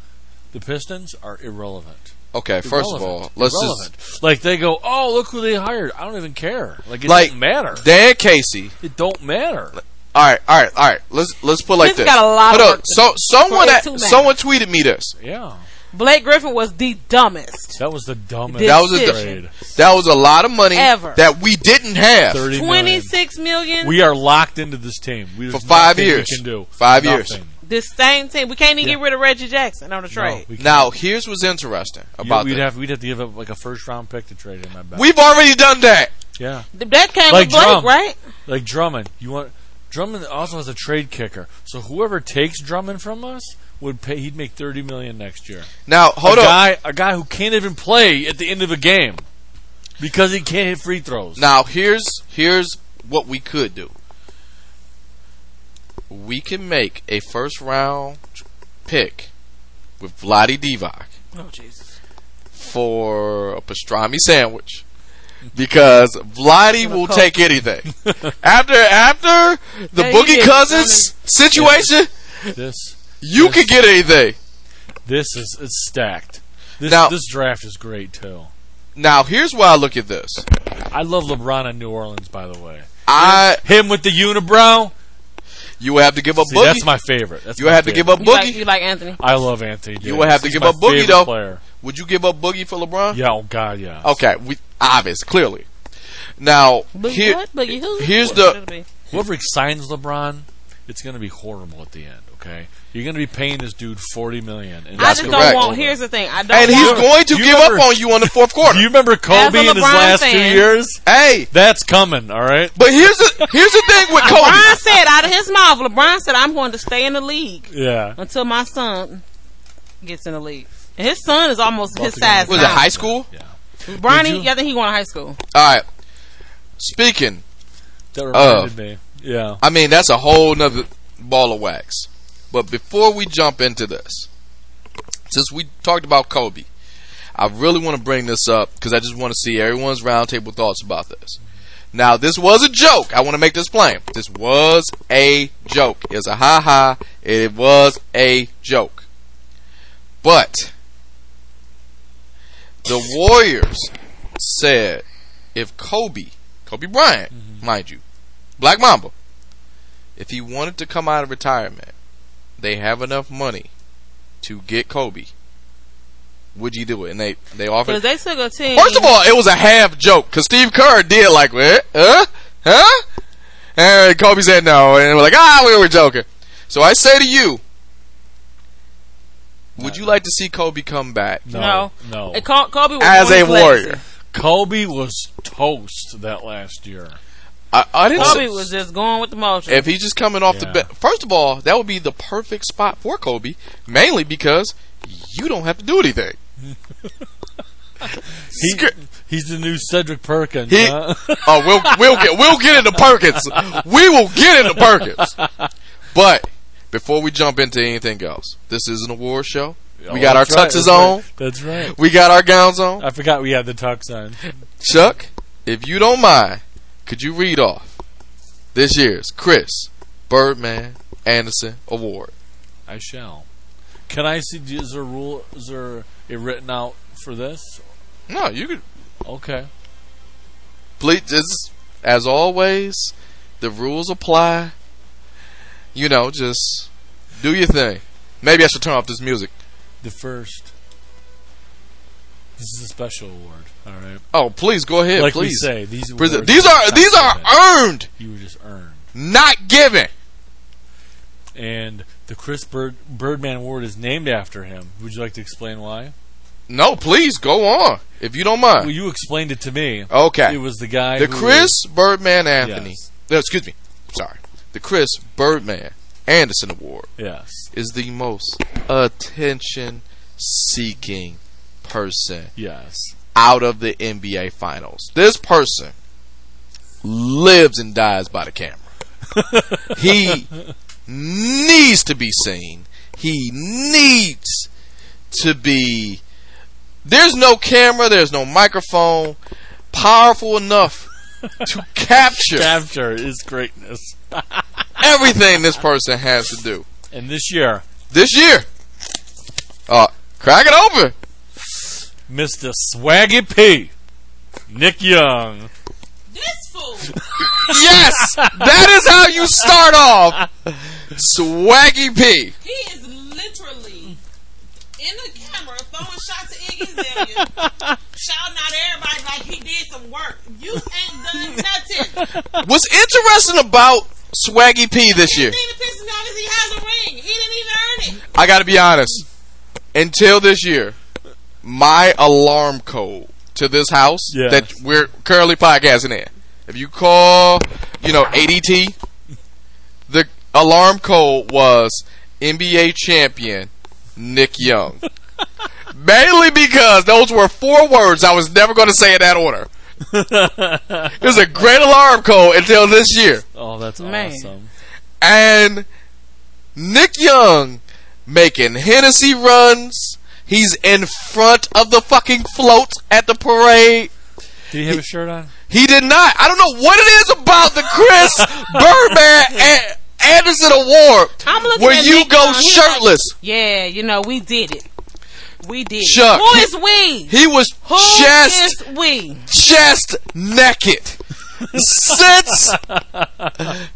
D: The Pistons are irrelevant.
A: okay? First of all,
D: Irrelevant.
A: let's
D: irrelevant. like they go, oh look who they hired. I don't even care. Like it
A: Like,
D: don't matter.
A: just Dan Casey.
D: it don't matter.
A: All right, all right, all right. Let's let's put it like
E: He's
A: this.
E: got a lot
A: Hold
E: of
A: up.
E: work to
A: So someone
E: For
A: at,
E: it to matter.
A: someone tweeted me this.
D: Yeah,
E: Blake Griffin was the dumbest.
D: that was the dumbest.
E: This
A: That was a
E: Decision.
D: trade.
A: That was a lot of money
E: Ever.
A: that we didn't have
D: Thirty
E: Twenty
D: million.
E: six million.
D: We are locked into this team we,
A: for
D: there's
A: five
D: nothing
A: years.
D: We can do
A: Five years.
D: Nothing.
E: this same team. We can't even
D: Yeah.
E: get rid of Reggie Jackson on the
D: No,
E: trade.
D: we can't.
A: Now, here's what's interesting
D: You-
A: about
D: we'd
A: that.
D: have we'd have to give up like a first round pick to trade him. I bet.
A: We've already done that.
D: yeah,
E: Th- That came
D: Like
E: with Blake,
D: Drum.
E: right?
D: like Drummond. You want Drummond also has a trade kicker, so whoever takes Drummond from us would pay. He'd make thirty million next year.
A: Now, hold
D: a
A: on.
D: guy, a guy who can't even play at the end of a game because he can't hit free throws.
A: Now, here's here's what we could do. We can make a first round pick with Vladi Divac
E: Oh Jesus.
A: for a pastrami sandwich because Vladdy will take anything. after after the
E: Yeah, he
A: Boogie
E: did.
A: Cousins situation,
D: This,
A: you could get anything.
D: this is it's stacked. This
A: Now-
D: this draft is great too.
A: Now, here's why I look at this.
D: I love LeBron in New Orleans, by the way.
A: I
D: Him with the unibrow.
A: you would have to give up
D: See,
A: Boogie.
D: that's my favorite. That's
A: you
D: my
A: would have to
D: favorite.
A: give up
E: You like,
A: Boogie.
E: you like Anthony?
D: I love Anthony. Davis.
A: would have to
D: He's
A: give
D: my
A: up Boogie,
D: favorite
A: though.
D: Player.
A: would you give up Boogie for LeBron?
D: Yeah. Oh God. Yeah.
A: Okay, we obvious, clearly. Now,
E: Boogie
A: here,
E: what? Boogie who?
A: here's
E: What
A: the-
E: should it be?
D: Whoever signs LeBron, it's going to be horrible at the end. Okay. You're going to be paying this dude forty million. And
E: I
A: That's
E: just
A: correct.
E: don't want. Here's the thing. I don't.
A: and he's
E: want,
A: going to
D: you
A: give
D: remember-
A: up on you on the fourth
D: Do
A: quarter.
D: you remember Kobe in his
E: LeBron
D: last
E: fan-
D: two years?
A: hey,
D: That's coming. All right.
A: but here's the here's the thing with Kobe.
E: LeBron said out of his mouth. LeBron said, "I'm going to stay in the league
D: Yeah.
E: until my son gets in the league." And his son is almost his size
A: Was it
E: now.
A: high school?
D: Yeah. Did
E: Bronny,
D: you-
E: yeah, I think he going to high school.
A: All right. Speaking,
D: That reminded me. Yeah.
A: I mean that's a whole nother ball of wax. But before we jump into this, since we talked about Kobe, I really want to bring this up because I just want to see everyone's roundtable thoughts about this. Now, this was a joke. I want to make this plain. This was a joke. It's a ha ha. It was a joke. But the Warriors said if Kobe, Kobe Bryant,
D: Mm-hmm.
A: mind you, Black Mamba, if he wanted to come out of retirement, they have enough money to get Kobe. Would you do it? And they they offered.
E: Because they took a team.
A: First of all, it was a half joke because Steve Kerr did like, eh, huh, huh? And Kobe said no, and we're like, ah, we were joking. So I say to you, would you like to see Kobe come back
D: No. No.
E: it- Col- Kobe was
A: as
E: on
A: a
E: his legacy.
A: warrior?
D: Kobe was toast that last year.
A: I, I didn't.
E: Kobe
A: Say,
E: was just going with the motion.
A: if he's just coming off the
D: Yeah.
A: bench, first of all, that would be the perfect spot for Kobe, mainly because you don't have to do anything.
D: He, he's the new Cedric Perkins.
A: He-
D: huh?
A: Oh, we'll we'll get we'll get into Perkins. We will get into Perkins. But before we jump into anything else, this is an award show. We got our
D: Oh, That's right,
A: tuxes
D: that's right.
A: on.
D: That's right.
A: We got our gowns on.
D: I forgot we had the tux on.
A: Chuck, if you don't mind, could you read off this year's Chris Birdman Anderson Award?
D: I shall. Can I see? Is there a rule? Is there a written out for this?
A: No, you could
D: Okay.
A: please. This, as always, the rules apply. You know, just do your thing. Maybe I should turn off this music.
D: The first. This is a special award. All right.
A: Oh, please go ahead.
D: like
A: please.
D: we say, these
A: Prison-
D: awards
A: These are these
D: not
A: are
D: given.
A: earned,
D: you were just earned.
A: not given.
D: And the Chris Bird, Birdman Award is named after him. Would you like to explain why?
A: No, please go on if you don't
D: Well,
A: mind.
D: you explained it to me. It
A: Okay,
D: was the guy.
A: Uh, the
D: who
A: Chris Birdman
D: was-
A: Anthony.
D: Yes.
A: No, excuse me. Sorry, the Chris Birdman Anderson Award
D: yes.
A: is the most attention-seeking person
D: Yes.
A: out of the NBA Finals. This person lives and dies by the camera. he needs to be seen. He needs to be. There's no camera, there's no microphone powerful enough to capture
D: Capture is greatness.
A: everything this person has to do.
D: And this year,
A: This year, uh, crack it open.
D: Mr. Swaggy P, Nick Young.
E: This fool.
A: Yes, that is how you start off. Swaggy P.
E: He is literally in the camera throwing shots at Iggy Azalea, shouting out everybody like he did some work. You ain't done nothing.
A: What's interesting about Swaggy P this year?
E: The thing that pisses me off is he has a ring. He didn't even earn it.
A: I gotta be honest. Until this year, my alarm code to this house
D: Yes.
A: that we're currently podcasting in. If you call, you know, ADT, the alarm code was NBA champion Nick Young. Mainly because those were four words I was never going to say in that order. it was a great alarm code until this year.
D: Oh, that's
E: Man.
D: awesome.
A: And Nick Young making Hennessy runs. He's in front of the fucking float at the parade.
D: Did he have a shirt on?
A: He did not. I don't know what it is about the Chris Birdman and Anderson Award
E: I'm looking
A: where
E: at
A: you
E: Nick
A: go
E: Young, he
A: shirtless.
E: Yeah, you know, we did it. We did it.
A: Shucks.
E: Who is we?
A: He was
E: Who
A: chest
E: is we?
A: chest naked. Since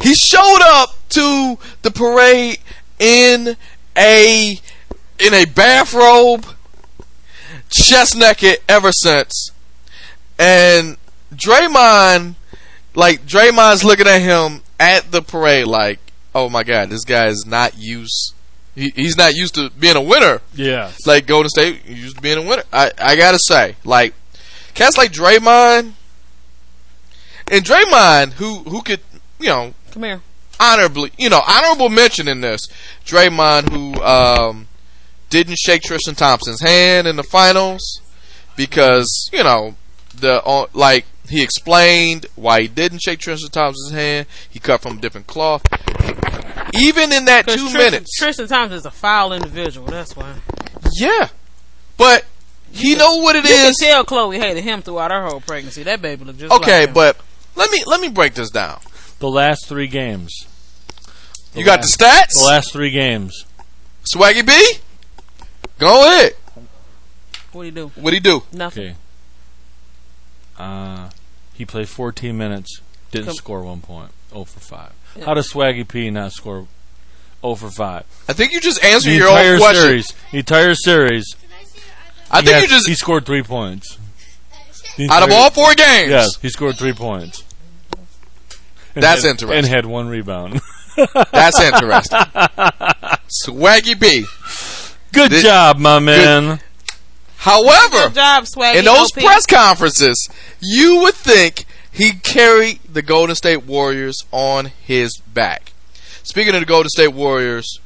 A: he showed up to the parade in a in a bathrobe, chest naked ever since. And Draymond, like Draymond's looking at him at the parade, like, oh my god, this guy is not used. He, he's not used to being a winner
D: Yeah.
A: like Golden State used to being a winner. I, I gotta say, like cats like Draymond and Draymond, who who could you know
E: Come here.
A: honorably you know honorable mention in this Draymond who um didn't shake Tristan Thompson's hand in the finals because you know the uh, like he explained why he didn't shake Tristan Thompson's hand. He cut from a different cloth. Even in that two
E: Because Tristan,
A: minutes,
E: Tristan Thompson is a foul individual. That's why.
A: yeah, but. He know what it
E: You
A: is.
E: can tell Chloe hated him throughout her whole pregnancy. That baby looked just
A: Okay,
E: like him.
A: but let me let me break this down.
D: The last three games.
A: You got the stats,
D: The last three games.
A: Swaggy B. Go ahead.
E: what do you do?
A: What he do?
E: Nothing.
D: Okay. Uh, he played 14 minutes, didn't
E: Come-
D: score one point. 0 for 5.
E: Yeah.
D: How does Swaggy P not score 0 for 5?
A: I think you just answered
D: the
A: your own
D: entire
A: question.
D: series. The entire series.
A: I
D: he
A: think
D: had-
A: you just
D: He scored three points. The
A: out of
D: entire-
A: all four games.
D: Yes, he scored three points. And
A: That's
D: had-
A: interesting.
D: And had one rebound.
A: That's interesting. Swaggy B.
D: Good
A: Thi-
D: job, my man.
E: Good
A: However,
E: job, Swaggy.
A: in those
E: OP.
A: press conferences, you would think he carried the Golden State Warriors on his back. Speaking of the Golden State Warriors,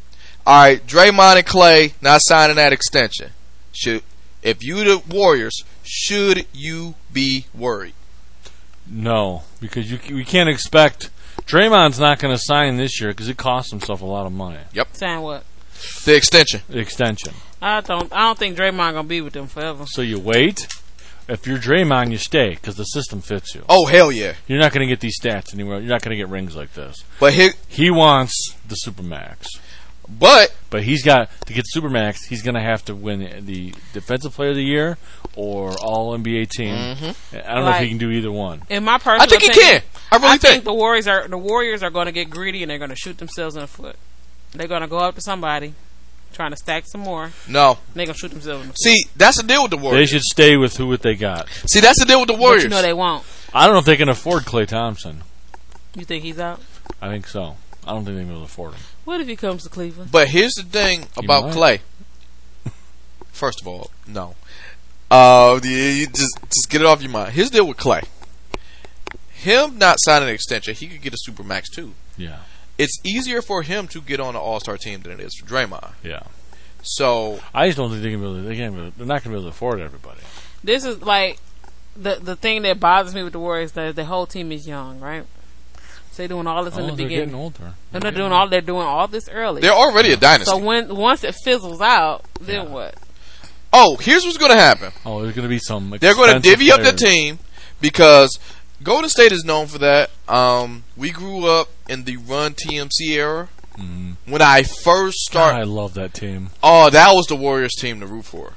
A: all right, Draymond and Clay not signing that extension. Should if you the Warriors, should you be worried?
D: No, because you we can't expect. Draymond's not going to sign this year because it costs himself a lot of money.
E: Saying what?
A: The extension.
D: The extension.
E: I don't. I don't think Draymond gonna be with them forever.
D: So you wait. If you're Draymond, you stay because the system fits you.
A: Oh hell yeah!
D: You're not going to get these stats anywhere. You're not going to get rings like this.
A: But he,
D: He wants the supermax,
A: but
D: but he's got to get supermax. He's going to have to win the defensive player of the year or All NBA team. I don't know if he
E: Right.
D: can do either one.
E: In my personal,
A: I think he
E: opinion,
A: can. I really
E: I think
A: think.
E: the Warriors are the Warriors are gonna get greedy and they're gonna shoot themselves in the foot. They're gonna go up to somebody, trying to stack some more. And
A: No,
E: they're gonna shoot themselves in the foot.
A: see that's the deal with the
D: They
A: Warriors.
D: should stay with who what they got.
A: See that's the deal with the
E: But
A: Warriors.
E: you know they won't.
D: I don't know if they can afford Clay Thompson.
E: You think he's out?
D: I think so. I don't think they can be able to afford him.
E: What if he comes to Cleveland?
A: But here's the thing about
D: might.
A: Clay. First of all, no. Uh, you- you just just get it off your mind. Here's the deal with Clay. Him not signing an extension, he could get a supermax too.
D: Yeah,
A: It's easier for him to get on an All Star team than it is for Draymond.
D: yeah.
A: So
D: I just don't think they can be able. To, they can't. be able- They're not going to be able to afford everybody.
E: This is like the the thing that bothers me with the Warriors that the whole team is young, right? So they're doing all this in
D: oh,
E: the
D: they're getting
E: beginning.
D: older.
E: No, they're doing all they're doing all this early.
A: They're already a dynasty.
E: so when once it fizzles out, then what?
A: oh, here's what's going to happen.
D: Oh, there's going to be some.
A: They're going to
D: going to
A: divvy up the team because Golden State is known for that. Um, we grew up in the Run TMC era.
D: Mhm.
A: When I first
D: God,
A: started,
D: I love that team.
A: oh, that was the Warriors team to root for.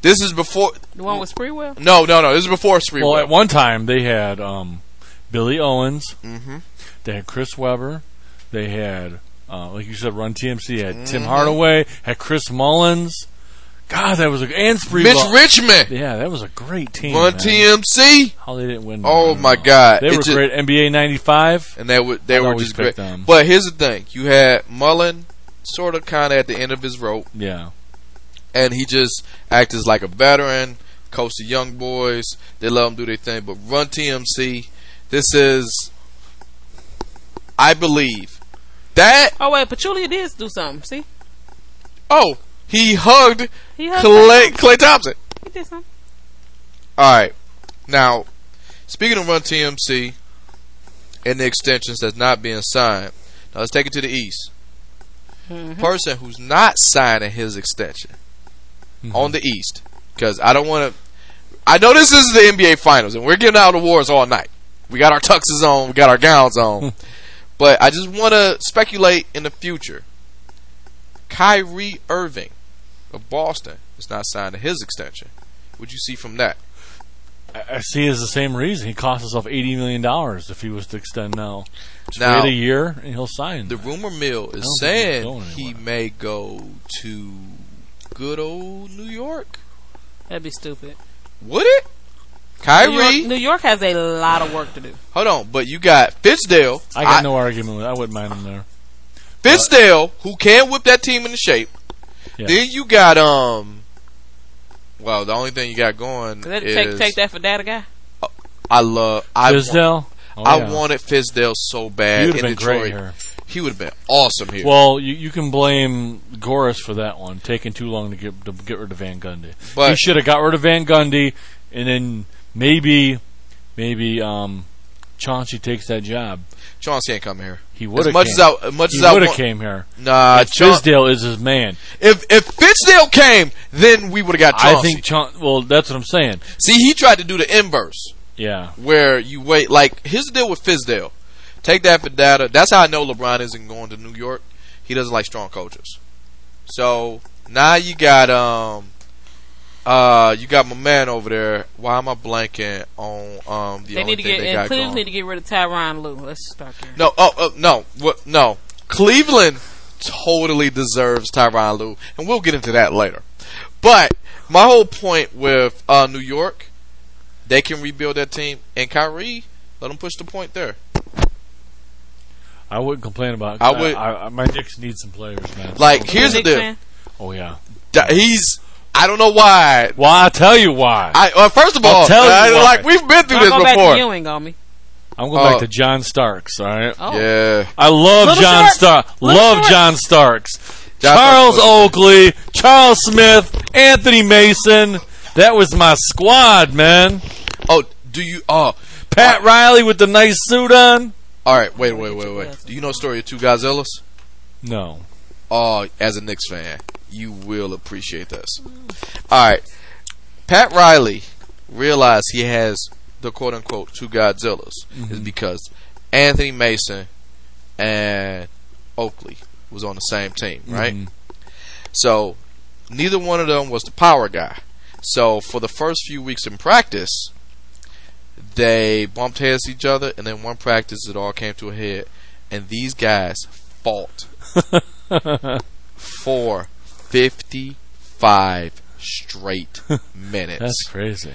A: This is before.
E: The one with Spreewell?
A: No, no, no. This is before Spree.
D: Well, at one time they had um, Billy Owens.
E: Mm-hmm.
A: hmm
D: They had Chris Webber. They had, uh, like you said, Run TMC. Had Tim
A: Mhm.
D: Hardaway. Had Chris Mullins. God, that was a and Spree.
A: Mitch Richmond,
D: Yeah, that was a great team.
A: Run
D: man.
A: TMC.
D: How they didn't win?
A: Oh
D: I don't
A: my
E: Mm-hmm.
D: know.
A: God,
D: They
A: It
D: were
A: just-
D: great. NBA '95.
A: and they were they
D: I'd
A: were
D: always
A: just great.
D: pick them.
A: But here's the thing: you had Mullen, sort of, kind of at the end of his rope.
D: Yeah.
A: and he just acts as like a veteran, coach the young boys. They let them do their thing, but run TMC. This is, I believe, that
E: Oh wait, Pachulia did do something. See,
A: oh he hugged
E: he hugged
A: Clay, Clay Thompson.
E: him. He did something.
A: All right, now speaking of run TMC and the extensions that's not being signed. Now let's take it to the east.
E: Mhm.
A: Person who's not signing his extension.
D: Mhm.
A: on the East because I don't want to. I know this is the NBA Finals, and we're giving out awards all night. We got our tuxes on, we got our gowns on, but I just want to speculate in the future. Kyrie Irving of Boston is not signing his extension. What you see from that?
D: I I see is the same reason. He cost himself eighty million dollars if he was to extend now. Just
A: Now-
D: wait a year and he'll sign.
A: The rumor mill
D: I
A: is
D: don't think he's
A: saying
D: going
A: he
D: anywhere.
A: may go to good old New York.
E: That'd be stupid.
A: Would it?
E: New York,
A: Kyrie,
E: New York has a lot of work to do.
A: hold on, but you got Fitzdale.
D: I got no argument with. I wouldn't mind him there.
A: Fitzdale, who can whip that team into shape.
D: Yeah.
A: Then you got um. Well, the only thing you got going
E: That-
A: is
E: take take that for data guy.
A: I love I wa-
D: Fisdale. Oh,
A: I
D: yeah.
A: wanted Fisdale so
D: He
A: bad in
D: would have been
A: Detroit.
D: great here.
A: He would have been awesome here.
D: Well, you, you can blame Goris for that one, taking too long to get to get rid of Van Gundy. he
A: but
D: should have got rid of Van Gundy, and then maybe maybe um, Chauncey takes that job.
A: Chauncey ain't coming here.
D: He would
A: As
D: have
A: much
D: came.
A: as I, as much
D: he
A: as I
D: would have
A: want, uh,
D: came here.
A: nah.
D: And
A: Chaun-
D: Fisdale is his man.
A: if if Fitzdale came, then we would have got Chauncey.
D: I think. Chaun- well, that's what I'm saying.
A: See, he tried to do the inverse,
D: Yeah.
A: where you wait. Like here's the deal with Fisdale. Take that for data. That's how I know LeBron isn't going to New York. He doesn't like strong coaches. So now you got um uh you got my man over there. Why am I blanking on um the
E: They
A: only
E: need to
A: thing
E: get
A: they
E: and
A: got
E: Cleveland
A: going?
E: need to get rid of Tyronn Lue. Let's just start there.
A: No, oh, oh no, what, no. Cleveland totally deserves Tyronn Lue, and we'll get into that later. But my whole point with uh, New York, they can rebuild that team, and Kyrie, let them push the point there.
D: I wouldn't complain about. It
A: I would-
D: I, I, my Knicks need some players, man.
A: Like here's the
E: Big
A: deal,
E: fan.
D: Oh yeah.
A: Da- he's I don't know why.
D: Well, I tell you why.
A: I uh, first of
D: I'll
A: all,
D: tell you
A: I-
D: why.
A: like we've been through
E: Don't go
A: this
E: back to
A: before.
E: Ewing on me.
D: I'm going
A: uh,
D: back to John Starks. All right.
E: Oh,
A: Yeah,
D: I love
E: Little
D: John
E: Shorts.
D: Stark.
E: Little
D: Love
E: Shorts.
D: John Starks.
A: John
D: Charles
A: Starks.
D: Oakley, Charles Smith, Anthony Mason. That was my squad, man.
A: Oh, do you? Oh,
D: Pat Riley with the nice suit on.
A: all right. Wait, wait, wait, wait. Do you know the story of two Godzillas?
D: No.
A: Oh, as a Knicks fan, you will appreciate this. All right. Pat Riley realized he has the quote unquote two Godzillas is
D: Mhm.
A: because Anthony Mason and Oakley was on the same team, right?
D: Mhm.
A: So neither one of them was the power guy. So for the first few weeks in practice, they bumped heads each other, and then one practice it all came to a head, and these guys fought for 55 straight
D: That's
A: minutes.
D: crazy.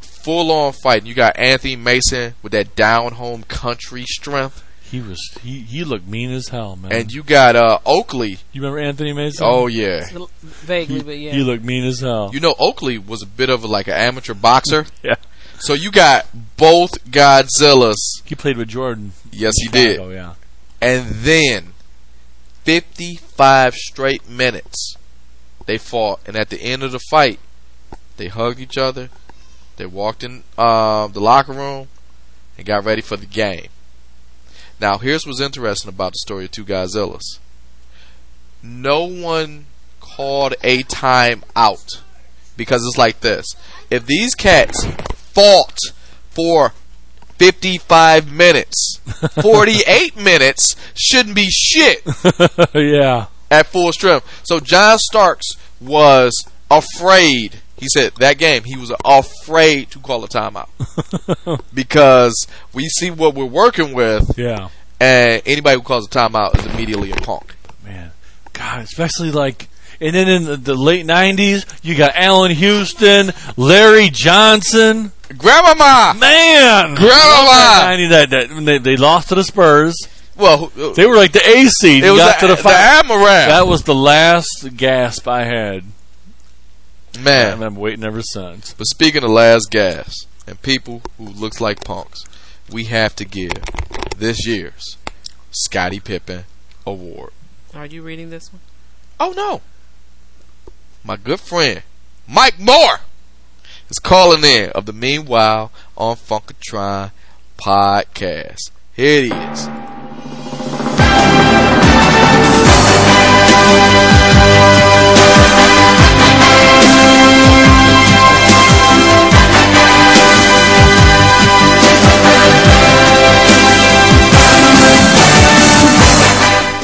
A: Full on fighting. You got Anthony Mason with that down home country strength,
D: He was he, he looked mean as hell, man.
A: and you got uh, Oakley.
D: you remember Anthony Mason?
A: Oh yeah.
E: vaguely,
D: he,
E: but yeah.
D: he looked mean as hell.
A: You know Oakley was a bit of a, like an amateur boxer.
D: Yeah.
A: So you got both Godzillas.
D: he played with Jordan.
A: Yes, he did.
D: Oh yeah.
A: And then 55 straight minutes they fought. And at the end of the fight, they hugged each other, They walked in uh, the locker room and got ready for the game. Now, here's what's interesting about the story of Two Godzillas. No one called a time out because it's like this: if these cats fought for 55 minutes, 48 minutes shouldn't be shit
D: yeah.
A: at full strength. So John Starks was afraid. He said that game he was afraid to call a timeout because we see what we're working with,
D: Yeah.
A: and anybody who calls a timeout is immediately a punk.
D: Man, God, especially like, and then in the, the late '90s, you got Allen Houston, Larry Johnson.
A: Grandmama,
D: Man,
A: grandmama.
D: '90 that that when they, they lost to the Spurs.
A: Well, who- uh,
D: They were like the A seed.
A: it was
D: got
A: the,
D: to the,
A: the
D: final.
A: Amaranth.
D: That was the last gasp I had,
A: man.
D: and I'm waiting ever since.
A: But speaking of last gas and people who looks like punks, we have to give this year's Scottie Pippen award.
E: Are you reading this one?
A: Oh no. My good friend, Mike Moore, is calling in of the Meanwhile on Funkatron podcast. Here it is.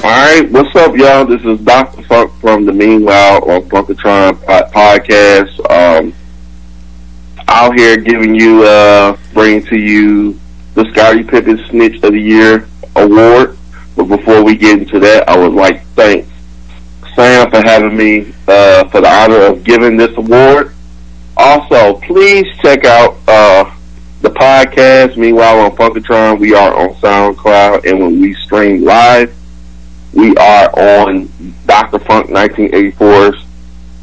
F: Alright, what's up, y'all? This is Dr. Funk from the Meanwhile on Funkatron po- Podcast. Um, out here giving you, uh, bringing to you the Scottie Pippen Snitch of the Year Award. But before we get into that, I would like to thank Sam for having me, uh, for the honor of giving this award. Also, please check out, uh, the podcast. Meanwhile on Funkatron, we are on SoundCloud and when we stream live, we are on Dr. Funk 1984's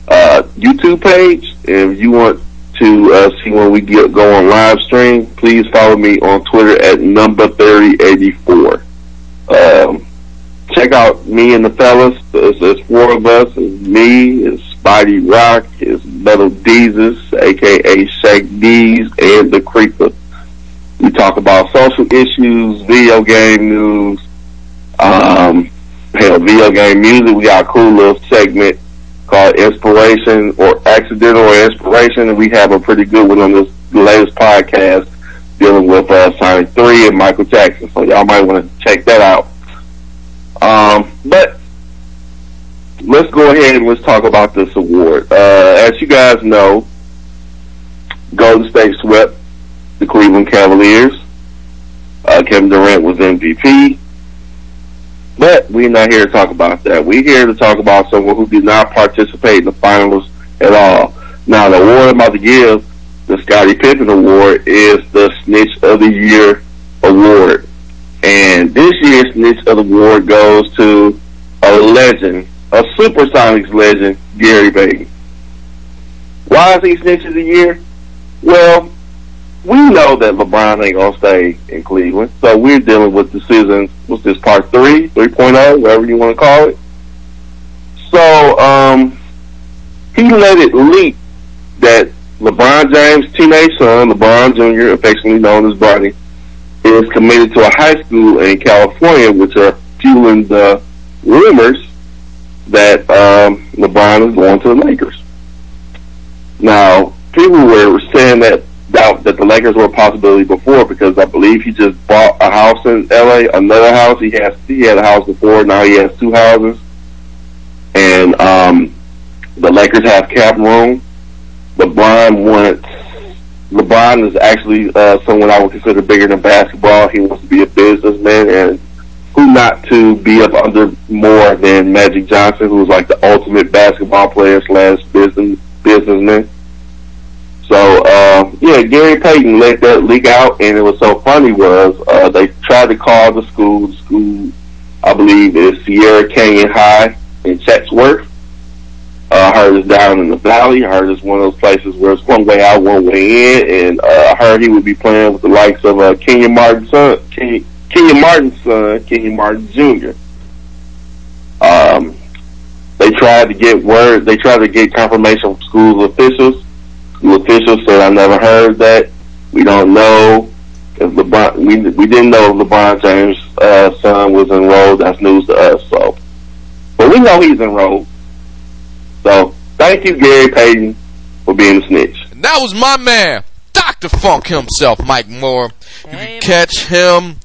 F: uh, YouTube page. If you want to uh, see when we get, go on live stream, please follow me on Twitter at number 3084. Um, check out me and the fellas. There's, there's four of us. It's me, it's Spidey Rock, it's Metal Deezus, a.k.a. Shake Deez, and The Creeper. We talk about social issues, video game news, um, hell, video game music. We got a cool little segment called Inspiration or Accidental or Inspiration, and we have a pretty good one on this latest podcast dealing with uh, Sonic 3 and Michael Jackson. So y'all might want to check that out. Um, but let's go ahead and let's talk about this award. Uh, as you guys know, Golden State swept the Cleveland Cavaliers. Uh, Kevin Durant was MVP. But we're not here to talk about that. We're here to talk about someone who did not participate in the finals at all. Now, the award I'm about to give, the Scottie Pippen Award, is the Snitch of the Year Award. And this year's Snitch of the Award goes to a legend, a Supersonics legend, Gary Payton. Why is he Snitch of the Year? Well, we know that LeBron ain't gonna stay in Cleveland, so we're dealing with decisions. What's this part three, 3.0, whatever you want to call it. So um, he let it leak that LeBron James' teenage son, LeBron Jr., affectionately known as Bronny, is committed to a high school in California, which are fueling the rumors that um, LeBron is going to the Lakers. Now, people were saying that doubt that the Lakers were a possibility before because I believe he just bought a house in LA, another house. He has he had a house before, now he has two houses. And um the Lakers have cap room. LeBron wants LeBron is actually uh, someone I would consider bigger than basketball. He wants to be a businessman and who not to be up under more than Magic Johnson, who's like the ultimate basketball player slash business businessman. So uh, yeah, Gary Payton let that leak out, and it was so funny was uh, they tried to call the school. The school, I believe, is Sierra Canyon High in Chatsworth. Uh, I heard it's down in the valley. I heard it's one of those places where it's one way out, one way in, and uh, I heard he would be playing with the likes of uh, Kenyon Martin's son, Ken- Kenyon Martin's son, Kenyon Martin Jr. Um, they tried to get word. They tried to get confirmation from school officials The official said, "I never heard that. We don't know if LeBron. We we didn't know if LeBron James' uh, son was enrolled. That's news to us. So, but we know he's enrolled. So, thank you, Gary Payton, for being a snitch.
A: And that was my man, Dr. Funk himself, Mike Moore. You
E: Hey,
A: can catch him.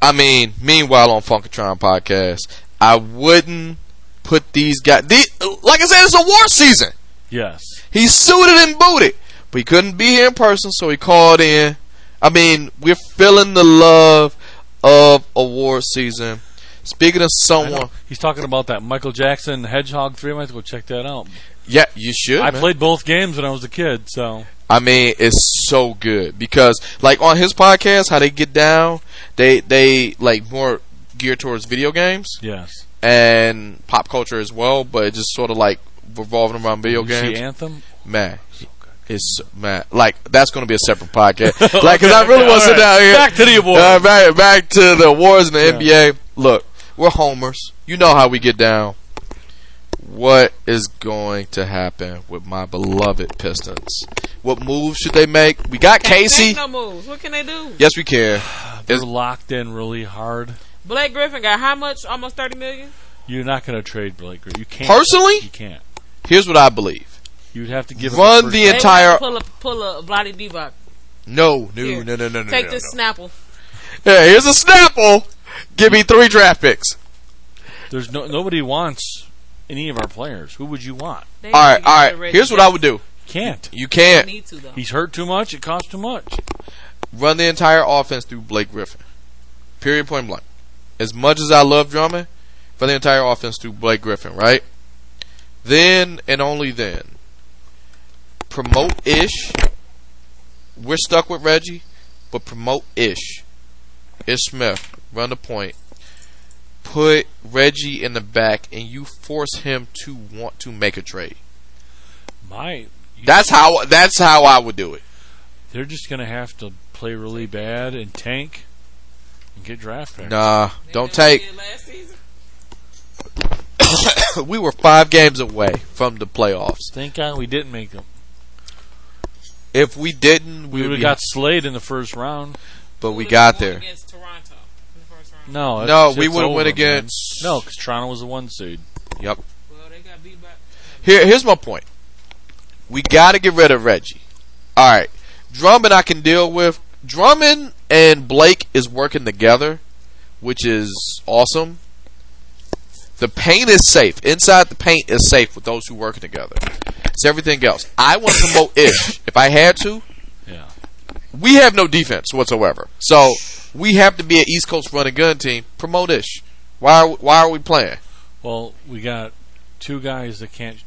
A: I mean, meanwhile on Funkatron podcast, I wouldn't put these guys. These, like I said, it's a war season.
D: Yes.
A: He's suited and booted, but he couldn't be here in person, so he called in. I mean, we're feeling the love of award season. Speaking of
D: I
A: someone,
D: know. He's talking about that Michael Jackson Hedgehog 3. I might have to go check that out.
A: yeah, you should.
D: I
A: man.
D: played both games when I was a kid, so.
A: I mean, it's so good because, like, on his podcast, how they get down, they they like more geared towards video games
D: Yes.
A: and pop culture as well, but it just sort of like revolving around video
D: You
A: games.
D: see Anthem?
A: man, it's man, like that's going to be a separate podcast. Like, because I
D: Okay,
A: really
D: okay,
A: want to sit
D: all right.
A: down here.
D: Back to the awards.
A: Uh, back, back to the awards in the NBA. Look, we're homers. You know how we get down. What is going to happen with my beloved Pistons? What moves should they make? We got
E: Can't
A: Casey.
E: make no moves. What can they do?
A: Yes, we can.
D: They're
A: It's-
D: locked in really hard.
E: Blake Griffin got how much? Almost thirty million.
D: You're not going to trade Blake. Griffin. You can't. You
A: Personally,
D: can't.
A: here's what I believe.
D: You'd have to give up
A: Run
D: first
A: the
E: They
D: round.
E: want
A: entire-
E: to pull a pull a Vlade Divac.
A: No, no,
E: Here.
A: no, no, no, no.
E: Take
A: no,
E: this
A: no.
E: Snapple.
A: Hey, here's a Snapple. Give me three draft picks.
D: There's no nobody wants any of our players. Who would you want?
E: They
A: All
E: need
A: right,
E: to get rid
A: all
E: of
A: right.
E: Reggie
A: Here's what I would do.
D: Can't.
A: You
E: Jackson.
A: can't
E: Need to though.
D: He's hurt too much. It costs too much.
A: run the entire offense through Blake Griffin. Period, point blank. As much as I love Drummond, run the entire offense through Blake Griffin, right? Then and only then, promote Ish. We're stuck with Reggie, but promote Ish. Ish Smith, run the point. Put Reggie in the back, and you force him to want to make a trade.
D: My,
A: That's how. That's how I would do it.
D: they're just gonna have to play really bad and tank and get draft picks.
A: Nah, don't
E: That's what they
A: take.
E: did last season.
A: we were five games away from the playoffs.
D: Thank God we didn't make them.
A: If we didn't, we
D: We would
A: would
D: have got slayed in the first round.
A: but we
E: Who
A: got
E: they won
A: there.
E: Against Toronto in the first round.
D: No, it's-
A: No, we
D: it's
A: would have went
D: over, man.
A: against.
D: No, because Toronto was the one seed.
E: Well, they got beat by.
A: Here, here's my point. We got to get rid of Reggie. All right, Drummond I can deal with. Drummond and Blake is working together, which is awesome. The paint is safe. Inside the paint is safe with those who working together. It's everything else. I want to promote Ish if I had to.
D: Yeah.
A: we have no defense whatsoever. So we have to be an East Coast run and gun team. Promote ish. Why are, why are we playing?
D: Well, we got two guys that can't.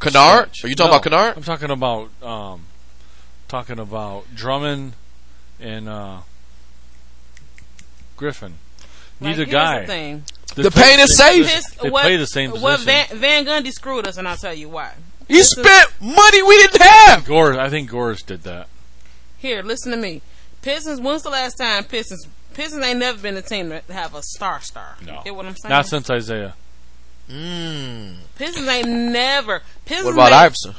A: Kennard?
D: stretch.
A: Are you talking
D: No,
A: about Kennard?
D: I'm talking about um, talking about Drummond and uh, Griffin.
E: Like,
D: Neither
E: here's The
D: guy.
E: thing.
A: The paint is safe.
E: This-
D: They
E: what-
D: play the same
E: What
D: position.
E: Van, Van Gundy screwed us, and I'll tell you why.
A: He spent money we didn't have.
D: Gore, I think Gores did that.
E: Here, listen to me. Pistons. When's the last time Pistons? Pistons ain't never been a team that have a star star.
D: No.
E: Get what I'm saying?
D: Not since Isaiah.
A: Mm.
E: Pistons ain't never. Pistons
A: What about
E: ain't,
A: Iverson?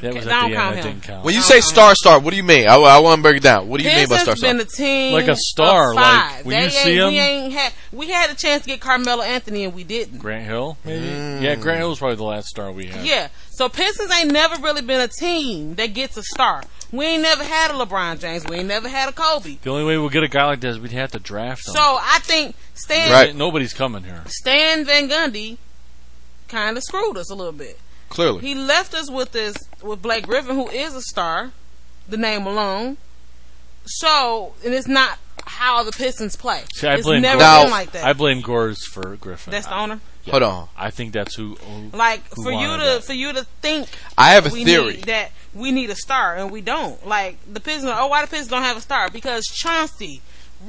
D: That was at
E: Now
D: the end.
E: count
D: That
E: him.
D: didn't count.
A: When you say star star, what do you mean? I, I want to break it down. What do you
E: Pistons
A: mean by star
E: been
A: star?
E: a team
D: Like a star,
E: of
D: like,
E: five.
D: when
E: They
D: you see
E: ain't- we
D: them-
E: ain't had we had a chance to get Carmelo Anthony and we didn't.
D: Grant Hill, maybe.
A: Mm.
D: Yeah, Grant Hill was probably the last star we had.
E: Yeah. So Pistons ain't never really been a team that gets a star. We ain't never had a LeBron James. We ain't never had a Kobe.
D: The only way we'll get a guy like that is we'd have to draft him.
E: So I think Stan
A: Right.
D: Nobody's coming here.
E: Stan Van Gundy kind of screwed us a little bit.
A: Clearly.
E: He left us with this with Blake Griffin, who is a star, the name alone. So and it's not how the Pistons play.
D: See, I
E: it's
D: blame
E: never
D: Gores.
A: Now-
E: been like that.
D: I blame Gores for Griffin.
E: That's the
D: I,
E: owner.
A: Hold on.
D: I think that's who. oh, who-
E: Like
D: who
E: for you
D: wanted
E: to
D: that.
E: for you to think
A: I have a
E: we
A: theory.
E: need that we need a star and we don't. Like the Pistons. Oh, why the Pistons don't have a star? Because Chauncey,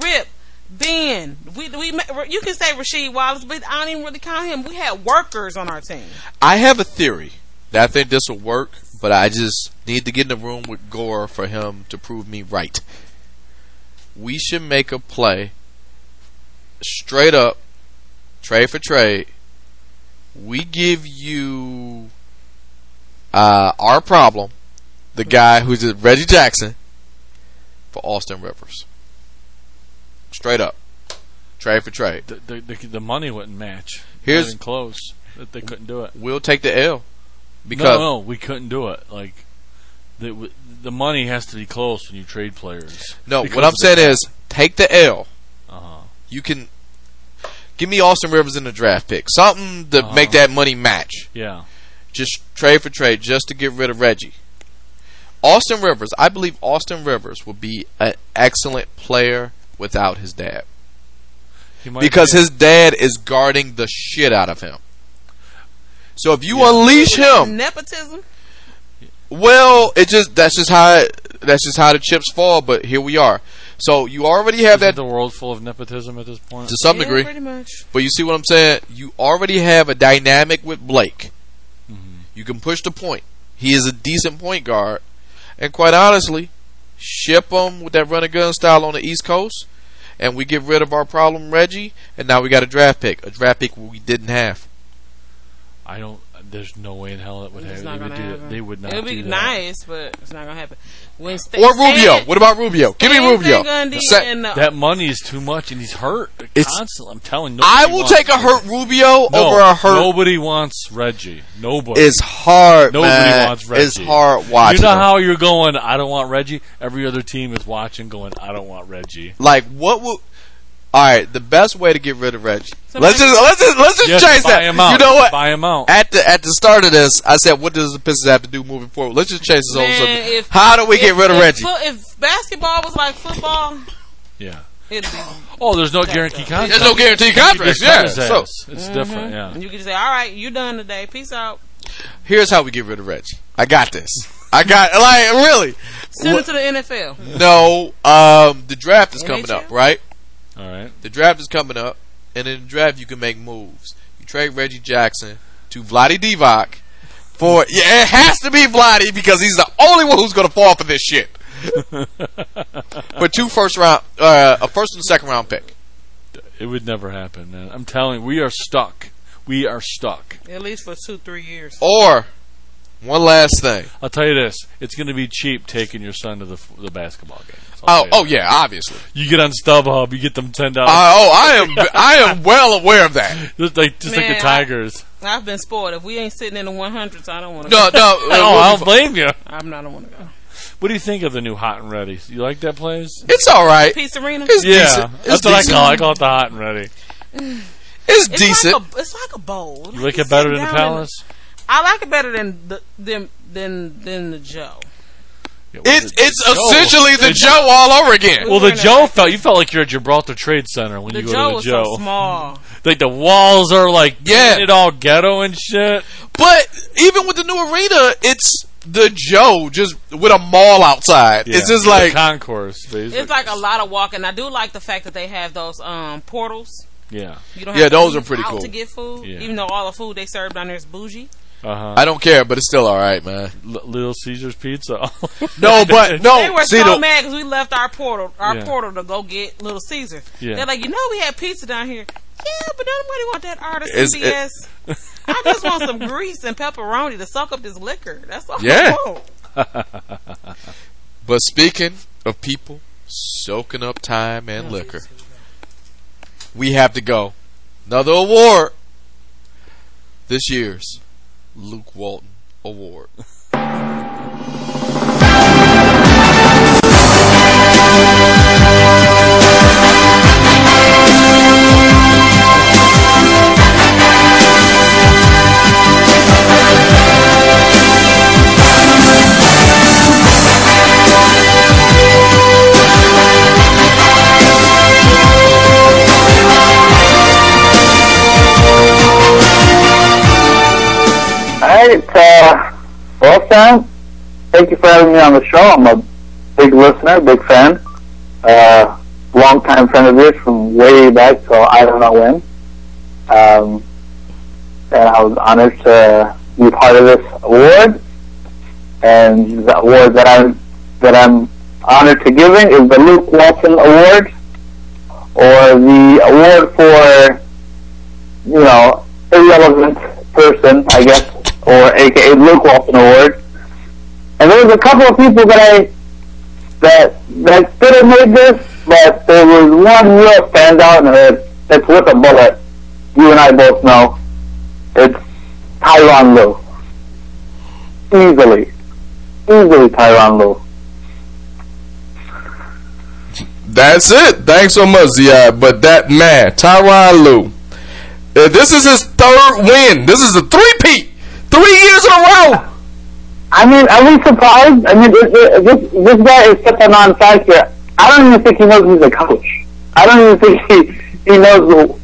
E: Rip, Ben. We we you can say Rasheed Wallace, but I don't even really count him. We had workers on our team.
A: I have a theory that I think this will work, but I just need to get in the room with Gore for him to prove me right. We should make a play straight up, trade for trade. We give you, Uh, our problem, the guy who's a- Reggie Jackson for Austin Rivers. Straight up. Trade for trade.
D: The, the, the, the money wouldn't match.
A: Here's-
D: not even close. That they couldn't do it.
A: We'll take the L. Because
D: no, no, we couldn't do it. Like the w- the money has to be close when you trade players.
A: no,
D: Because
A: what I'm
D: of the-
A: saying is take the L.
D: Uh-huh.
A: You can give me Austin Rivers in the draft pick. Something to
D: Uh-huh.
A: make that money match.
D: Yeah,
A: Just trade for trade just to get rid of Reggie. Austin Rivers, I believe Austin Rivers would be an excellent player without his dad.
D: He might
A: because
D: be-
A: his dad is guarding the shit out of him. So if you unleash him,
E: Nepotism.
A: well, it just that's just how that's just how the chips fall. But here we are. So you already have that
D: isn't the world full of nepotism at this point.
A: to some
E: Yeah,
A: degree,
E: Pretty much.
A: but you see what I'm saying. You already have a dynamic with Blake.
D: Mhm.
A: You can push the point. He is a decent point guard, and quite honestly, ship him with that run and gun style on the East Coast, and we get rid of our problem, Reggie. And now we got a draft pick, a draft pick we didn't have.
D: I don't. There's no way in hell it would
E: It's
D: have. They
E: not
D: would,
E: gonna
D: do
E: happen.
D: that. they would not.
E: It would be
D: do that.
E: nice, but it's not gonna happen. When Sta-
A: Or Rubio.
E: Stan-
A: What about Rubio? Give me
E: Stan
A: Rubio.
E: Gundy
A: Sa-
E: and the-
D: That money is too much, and he's hurt
A: It's-
D: constantly. I'm telling you.
A: I will take a hurt Rubio over a hurt.
D: Nobody wants Reggie. Nobody.
A: It's hard,
D: Nobody
A: man.
D: wants Reggie.
A: It's hard watching.
D: you know
A: him.
D: how you're going. I don't want Reggie. Every other team is watching, going. I don't want Reggie.
A: like what would? All right, the best way to get rid of Reggie. let's
E: Somebody-
A: just let's just let's just
D: Yes,
A: change
D: buy
A: that.
D: him out.
A: You know what?
D: Buy him out.
A: At the at the start of this, I said, "What does the Pistons have to do moving forward?" Let's just change this whole
E: Man,
A: subject.
E: if-
A: How do we
E: if-
A: get rid of
E: if
A: Reggie?
E: fo- If basketball was like football,
D: Yeah.
E: it'd be.
D: Oh, there's no guarantee contract.
A: There's no guaranteed
D: You
A: contracts.
D: just
A: Yeah.
D: cut his
A: So
D: ass. it's different. Yeah.
E: You could say, "All right, you done today. Peace out.
A: here's how we get rid of Reggie. I got this. I got like really.
E: Send
A: What-
E: it to the NFL."
A: No, um, the draft is coming
E: NHL?
A: up, right?
D: All right.
A: The draft is coming up, and in the draft you can make moves. You trade Reggie Jackson to Vladi Divac for yeah, it has to be Vladi because he's the only one who's gonna fall for this shit. for two first round, uh, a first and second round pick.
D: It would never happen, man. I'm telling you, we are stuck. We are stuck.
E: At least for two, three years.
A: Or one last thing.
D: I'll tell you this: it's going to be cheap taking your son to the f- the basketball game.
A: Oh, oh yeah, obviously.
D: You get on StubHub, you get them ten dollars,
A: Uh, oh, I am, I am well aware of that.
D: just like just like
E: Man,
D: the
E: I-
D: Tigers.
E: I've been spoiled. If we ain't sitting in the 100s, I don't want to.
A: No,
E: go.
A: no, uh,
D: oh, I don't blame you.
E: I'm not. I don't want to go.
D: What do you think of the new Hot and Ready? You like that place?
A: it's all right.
E: Peace arena.
A: It's
D: yeah,
A: decent. It's
D: that's what I
A: decent.
D: call. It. I call it the Hot and Ready.
A: It's,
E: It's
A: decent.
E: Like a, it's like a bowl.
D: You like it
E: sit
D: better than the
E: down and-
D: Palace?
E: I like it better than the than than than the Joe.
D: Yeah, well,
A: It's
D: the-
A: it's
D: Joe.
A: essentially the
D: It's-
A: Joe all over again.
D: Well, the
E: We're
D: Joe
E: not-
D: felt you felt like you're at Gibraltar Trade Center when
E: The
D: you
E: Joe
D: go
E: was
D: to the Joe.
E: so small.
D: Like the walls are like
A: Yeah.
D: painted all ghetto and shit.
A: But even with the new arena, it's the Joe just with a mall outside. It's just
D: The
A: like
D: concourse. basically.
E: It's like a lot of walking. I do like the fact that they have those um portals.
D: yeah.
E: You don't
A: Yeah,
E: have to
A: those are
E: leave
A: pretty
E: out
A: cool.
E: to get food.
D: Yeah.
E: Even though all the food they serve down there is bougie.
D: Uh huh.
A: I don't care, but it's still all right, man.
D: Little Caesar's Pizza.
A: No, but
E: They
A: no.
E: were
A: Oh, See,
E: so
A: the,
E: mad because we left our portal, our
D: Yeah.
E: portal to go get Little Caesar.
D: Yeah.
E: They're like, you know, we had pizza down here. Yeah, but nobody want that artist
A: It's- it-
E: CBS. I just want some grease and pepperoni to soak up this liquor. That's all
A: Yeah.
E: I want.
A: but speaking of people soaking up time and liquor, we have to go. Another award this year's Luke Walton Award.
G: Alright, it's uh, well, son, thank you for having me on the show. I'm a big listener, big fan, uh, long time friend of yours from way back, so I don't know when. Um, and I was honored to be part of this award. And the award that I'm that I'm honored to giving is the Luke Walton Award, or the award for you know, irrelevant person, I guess, or aka Luke Walton Award. And there was a couple of people that I that that should have made this, but there was one real standout and it, it's with a bullet. You and I both know. It's Tyron Lue. Easily. Easily Tyron Lue.
A: That's it. Thanks so much, Zi. But that man, Tyron Lue, uh, this is his third win. This is a three-peat. Three years in a row.
G: I mean, are we surprised? I mean, this, this, this guy is such a non-factor. I don't even think he knows he's a coach. I don't even think he, he knows, who-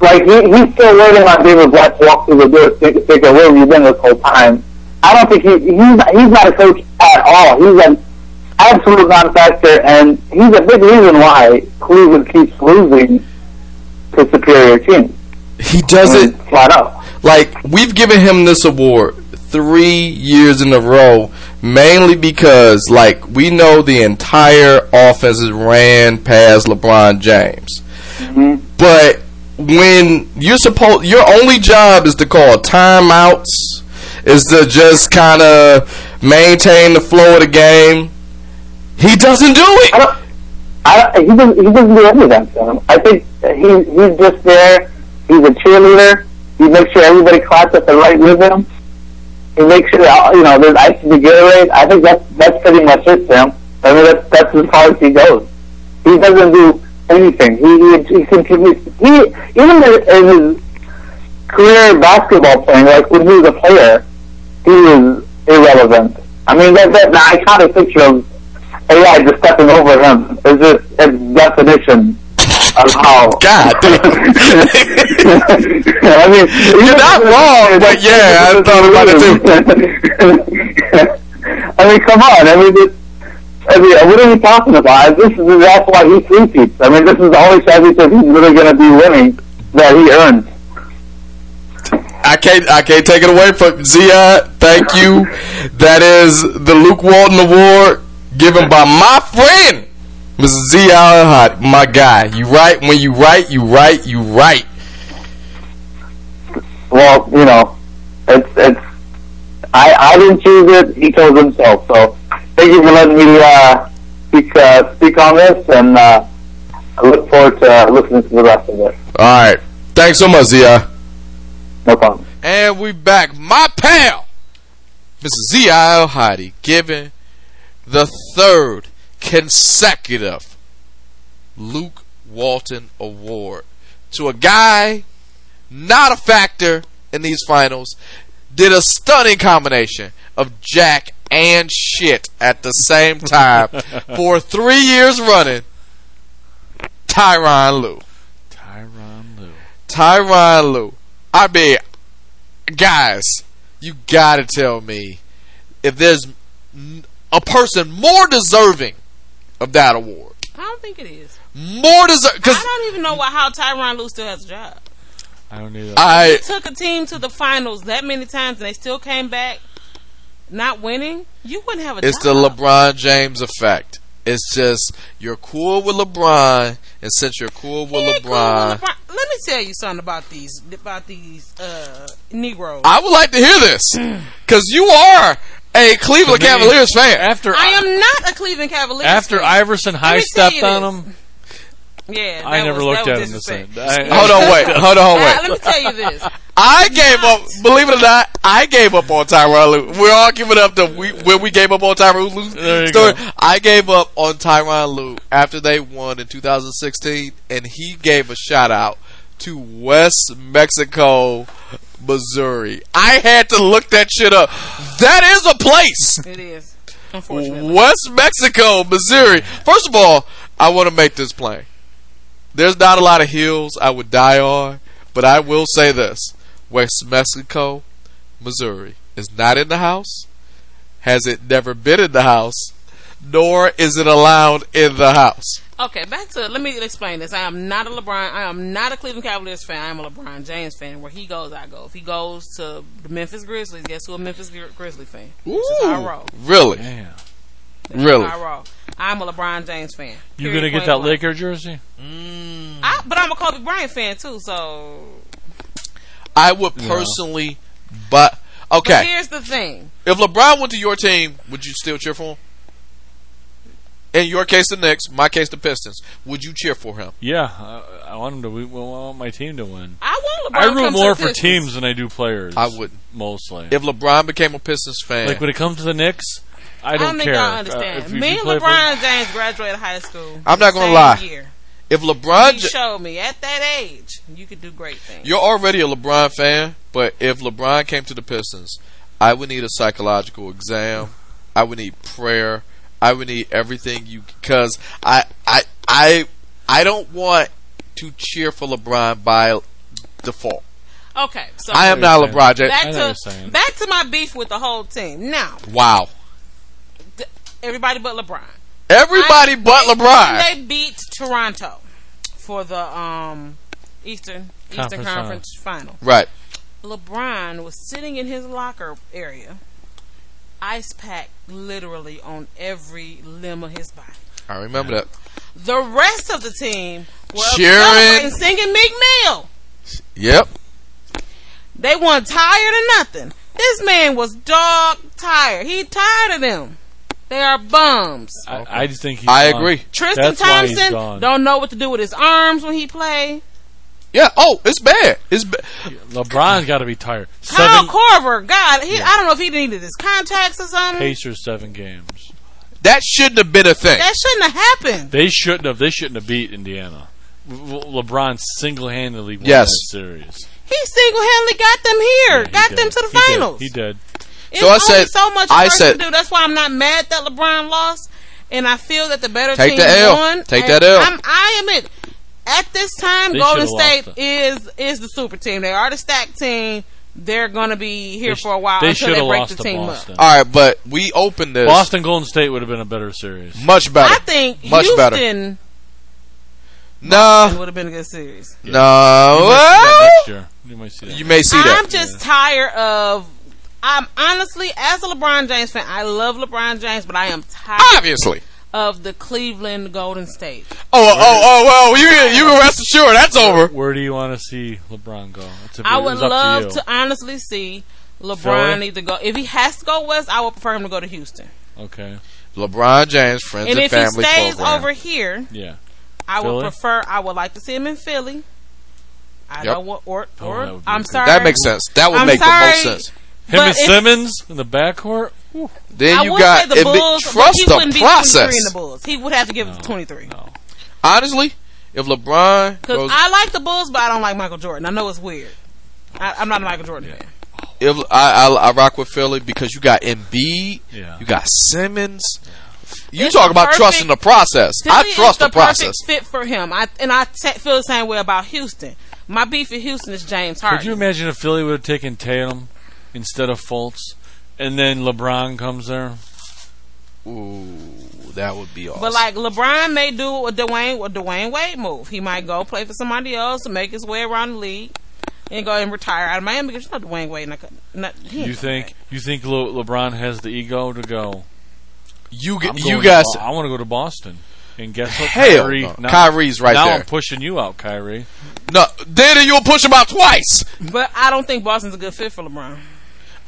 G: like, he, he's still waiting on David Black to walk through the door to to figure where we've been this whole time. I don't think he, he's, not- he's not a coach at all. He's an absolute non-factor, and he's a big reason why Cleveland keeps losing to superior teams.
A: He does it
G: Flat out.
A: like we've given him this award three years in a row mainly because like we know the entire offense is ran past lebron james but when you're supposed your only job is to call timeouts is to just kind of maintain the flow of the game he doesn't do
G: I
A: it
G: don't. I don't, he doesn't. He doesn't do any of that to him. I think he he's just there. He's a cheerleader. He makes sure everybody claps at the right rhythm. He makes sure that, you know there's ice in the Gatorade. I think that's that's pretty much it, Sam. I mean that's that's as far as he goes. He doesn't do anything. He he, he continues. He even in in his career basketball playing, like when he was a player, he was irrelevant. I mean that that the iconic picture of AI just stepping over him is just a definition of how.
A: God damn.
G: I mean, you're
A: not wrong, but yeah, I thought about it
G: too. I mean, come on. I mean, this, I mean, what are you talking about? This is that's why he three peats. I mean, this is the only championship he's really going to be winning that he earned.
A: I can't I can't take it away from Zia. Thank you. That is the Luke Walton Award given by my friend, Mr. Zia Hot. My guy, you right when you right, you right, you right.
G: Well, you know, it's it's. I I didn't choose it. He chose himself. So thank you for letting me uh, speak uh, speak on this, and uh, I look forward to uh, listening to the rest of it.
A: All right. Thanks so much, Zia.
G: No problem.
A: And we back. My pal, Mr. Z.I.L. Hottie, giving the third consecutive Luke Walton Award to a guy not a factor in these finals. Did a stunning combination of jack and shit at the same time for three years running. Tyron Lue.
D: Tyron Lue.
A: Tyron Lue. I mean, guys, you gotta tell me if there's n- a person more deserving of that award.
E: I don't think it is.
A: More deserving,
E: I
A: because
E: don't even know why how Tyron Lue still has a job.
D: I don't need that.
A: I
E: Took a team to the finals that many times and they still came back not winning. You wouldn't have a
A: it's the
E: job.
A: LeBron James effect. It's just you're cool with LeBron, and since you're cool with
E: Yeah,
A: LeBron,
E: cool, well, LeBron. Let me tell you something about these about these uh Negroes. I,
A: I would like to hear this because you are a Cleveland
D: To me,
A: Cavaliers fan.
D: After
E: am not a Cleveland Cavaliers.
D: after
E: fan.
D: Iverson high
E: me tell you
D: stepped on him,
E: yeah,
D: I
E: that
D: never
E: was-
D: looked
E: that
D: at
E: was
D: him the same. Oh,
E: disrespect.
D: I-
A: Hold on, wait, hold on,
E: Uh,
A: wait.
E: let me tell you this.
A: I gave
E: Not-
A: up. Believe it or not, I gave up on Tyronn Lue. We're all giving up the we, when we gave up on Tyronn
D: There
A: Lue
D: you
A: story.
D: go.
A: I gave up on Tyronn Lue after they won in 2016, and he gave a shout out to West Mexico, Missouri. I had to look that shit up. That is a place.
E: It is unfortunately.
A: West Mexico, Missouri. First of all, I want to make this plain. There's not a lot of hills I would die on, but I will say this: West Mexico, Missouri, is not in the house. Has it never been in the house? Nor is it allowed in the house.
E: Okay, back to let me explain this. I am not a LeBron. I am not a Cleveland Cavaliers fan. I am a LeBron James fan. Where he goes, I go. If he goes to the Memphis Grizzlies, guess who a Memphis Gri- Grizzly fan? That's how I roll.
A: really?
D: damn.
A: Really?
E: How I roll. I'm a LeBron James fan.
D: You gonna
E: Period,
D: get
E: point
D: that
E: blank.
D: Laker jersey?
E: I, but I'm a Kobe Bryant fan too, so
A: I would personally, but
E: But
A: Okay,
E: here's the thing.
A: if LeBron went to your team, would you still cheer for him? In your case, the Knicks. My case, the Pistons. Would you cheer for him?
D: Yeah, Uh, I, I want him to. win- well, I want my team to win.
E: I want LeBron.
D: I
E: to
D: root
E: come to
D: more
E: the
D: for
E: Pistons.
D: teams than I do players.
A: I wouldn't.
D: mostly.
A: If LeBron became a Pistons fan,
D: Like when it comes to the Knicks, I don't
E: think
D: care.
E: I
D: Uh,
E: understand.
D: if you-
E: Me
D: you
E: and
D: play for-
E: LeBron James graduated high school.
A: I'm not gonna
E: the same
A: lie.
E: Year.
A: if
E: He
A: LeBron, j-
E: showed me at that age you could do great things.
A: you're already a LeBron fan, but if LeBron came to the Pistons, I would need a psychological exam. I would need prayer. I would need everything you because I I I I don't want to cheer for LeBron by default.
E: Okay, so
A: I am not
D: Understand.
A: LeBron James.
E: back
D: I know
E: to
D: what you're saying.
E: back to my beef with the whole team. Now
A: Wow.
E: everybody but LeBron.
A: Everybody but LeBron.
E: They beat Toronto for the um Eastern Eastern
D: Conference
E: Conference final.
A: Right.
E: LeBron was sitting in his locker area, ice pack literally on every limb of his body.
A: I remember that.
E: The rest of the team were
A: Cheering.
E: celebrating, singing Meek Mill.
A: Yep.
E: They weren't tired or nothing. This man was dog tired. He tired of them. They are bums.
D: I, I just think he's
A: I
D: gone.
A: agree.
E: Tristan
D: That's why he's
E: Thompson
D: gone.
E: don't know what to do with his arms when he play.
A: Yeah. Oh, it's bad. It's ba-
D: LeBron's got to be tired.
E: Kyle
D: Seven
E: Corver, God, he, I don't know if he needed his contacts or something.
D: Pacers, seven games.
A: that shouldn't have been a thing.
E: That shouldn't have happened.
D: They shouldn't have. They shouldn't have beat Indiana. Le- LeBron single-handedly won
A: Yes.
D: that series.
E: He single handedly got them here,
D: Yeah, he
E: got
D: did.
E: them to the
D: He did.
E: finals.
D: He did.
E: It's
A: So I
E: only
A: said-
E: so much
A: I
E: work
A: said-
E: to do. That's why I'm not mad that LeBron lost, and I feel that the better
A: Take
E: team
A: the L.
E: won.
A: Take
E: and
A: that L.
E: I'm, I admit, at this time,
D: They
E: Golden
D: should've
E: State
D: lost
E: is is the super team. They are the stacked team. They're gonna be here
D: They sh-
E: for a while
D: They
E: until
D: should
E: they
D: have
E: break
D: lost
E: the
D: to
E: team
D: Boston.
E: up.
A: All right, but we opened this
D: Boston Golden State would have been a better series.
A: much better.
E: I think
A: Much better.
E: Houston
A: No,
E: would have been a good series.
A: no.
D: You might see that
A: Well,
D: next year. You might see that.
A: You may see
E: I'm
A: that.
E: just tired of. I'm honestly, as a LeBron James fan, I love LeBron James, but I am
A: Ah!
E: tired
A: Obviously.
E: of the Cleveland Golden State.
A: Oh, oh, oh, well, you you can rest assured that's over.
D: Where do you want to see LeBron go? It's a,
E: I
D: it
E: would
D: was up
E: love
D: to,
E: to,
D: you.
E: honestly see LeBron
D: Philly?
E: either go. If he has to go west, I would prefer him to go to Houston.
D: Okay.
A: LeBron James friends
E: and
A: and,
E: if he
A: family
E: stays
A: program.
E: over here,
D: Yeah.
E: I would
D: Philly?
E: prefer. I would like to see him in Philly. I
A: Yep.
E: don't want or,
D: Oh,
E: or
D: that would be
E: I'm
D: good.
E: sorry.
A: that makes sense. That would
E: I'm
A: make the most
E: sorry.
A: sense.
D: Him
E: But
D: and
E: if-
D: Simmons in the backcourt.
A: Then
E: I
A: you
E: would
A: got
E: say the
A: if it-
E: Bulls, but
A: trust
E: he
A: the
E: wouldn't be 23 in
A: process.
E: the Bulls. He would have to give us
D: No,
E: 23.
D: No.
A: Honestly, if LeBron
E: Because
A: goes,
E: I like the Bulls, but I don't like Michael Jordan. I know it's weird. I, I'm not a Michael Jordan fan.
A: if I, I I rock with Philly because you got Embiid,
D: Yeah.
A: you got Simmons. You
E: It's
A: talk
E: the
A: about
E: perfect-
A: trusting the process.
E: Philly
A: I
E: is
A: trust the, process.
E: perfect fit for him. I and I te- feel the same way about Houston. My beef with Houston is James Harden.
D: Could you imagine if Philly would have taken Tatum instead of Fultz, and then LeBron comes there?
A: Ooh, that would be awesome.
E: But like LeBron may do a Dwayne a Dwayne Wade move. He might go play for somebody else to make his way around the league and go and retire out of Miami because you know Dwayne Wade. Not, not, he ain't
D: You
E: gonna
D: think you think Le- LeBron has the ego to go?
A: you
D: I'm
A: get
D: going
A: you
D: to
A: guys
D: Bo- I want to go to Boston. And guess what?
A: hell.
D: Kyrie,
A: no.
D: now-
A: Kyrie's right
D: now
A: there.
D: I'm pushing you out, Kyrie.
A: No, then you'll push him out twice.
E: play. But I don't think Boston's a good fit for LeBron.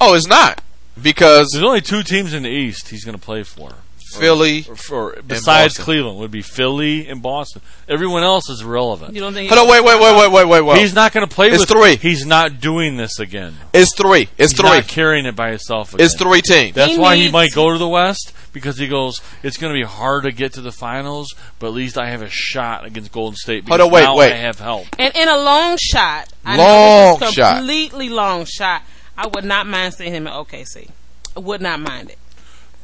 A: Oh, it's not because
D: There's only two teams in the East he's going to play for.
A: Philly.
D: Or for besides
A: Boston.
D: Cleveland would be Philly and Boston. Everyone else is irrelevant.
E: You don't think?
A: Oh, no, wait, wait, wait, wait, wait, wait, wait.
D: he's not going to play
A: It's
D: with
A: three.
D: He's not doing this again.
A: it's three. It's
D: He's
A: three.
D: not carrying it by himself. Again.
A: It's three teams.
D: That's
E: He
D: why he
E: needs-
D: might go to the West because he goes. It's going to be hard to get to the finals, but at least I have a shot against Golden State.
A: Hold
D: Because
A: on, wait,
D: now
A: wait.
D: I have help.
E: And in a long shot, I know
A: Long
E: this is
A: shot.
E: completely long shot. I would not mind seeing him in OKC. I would not mind it.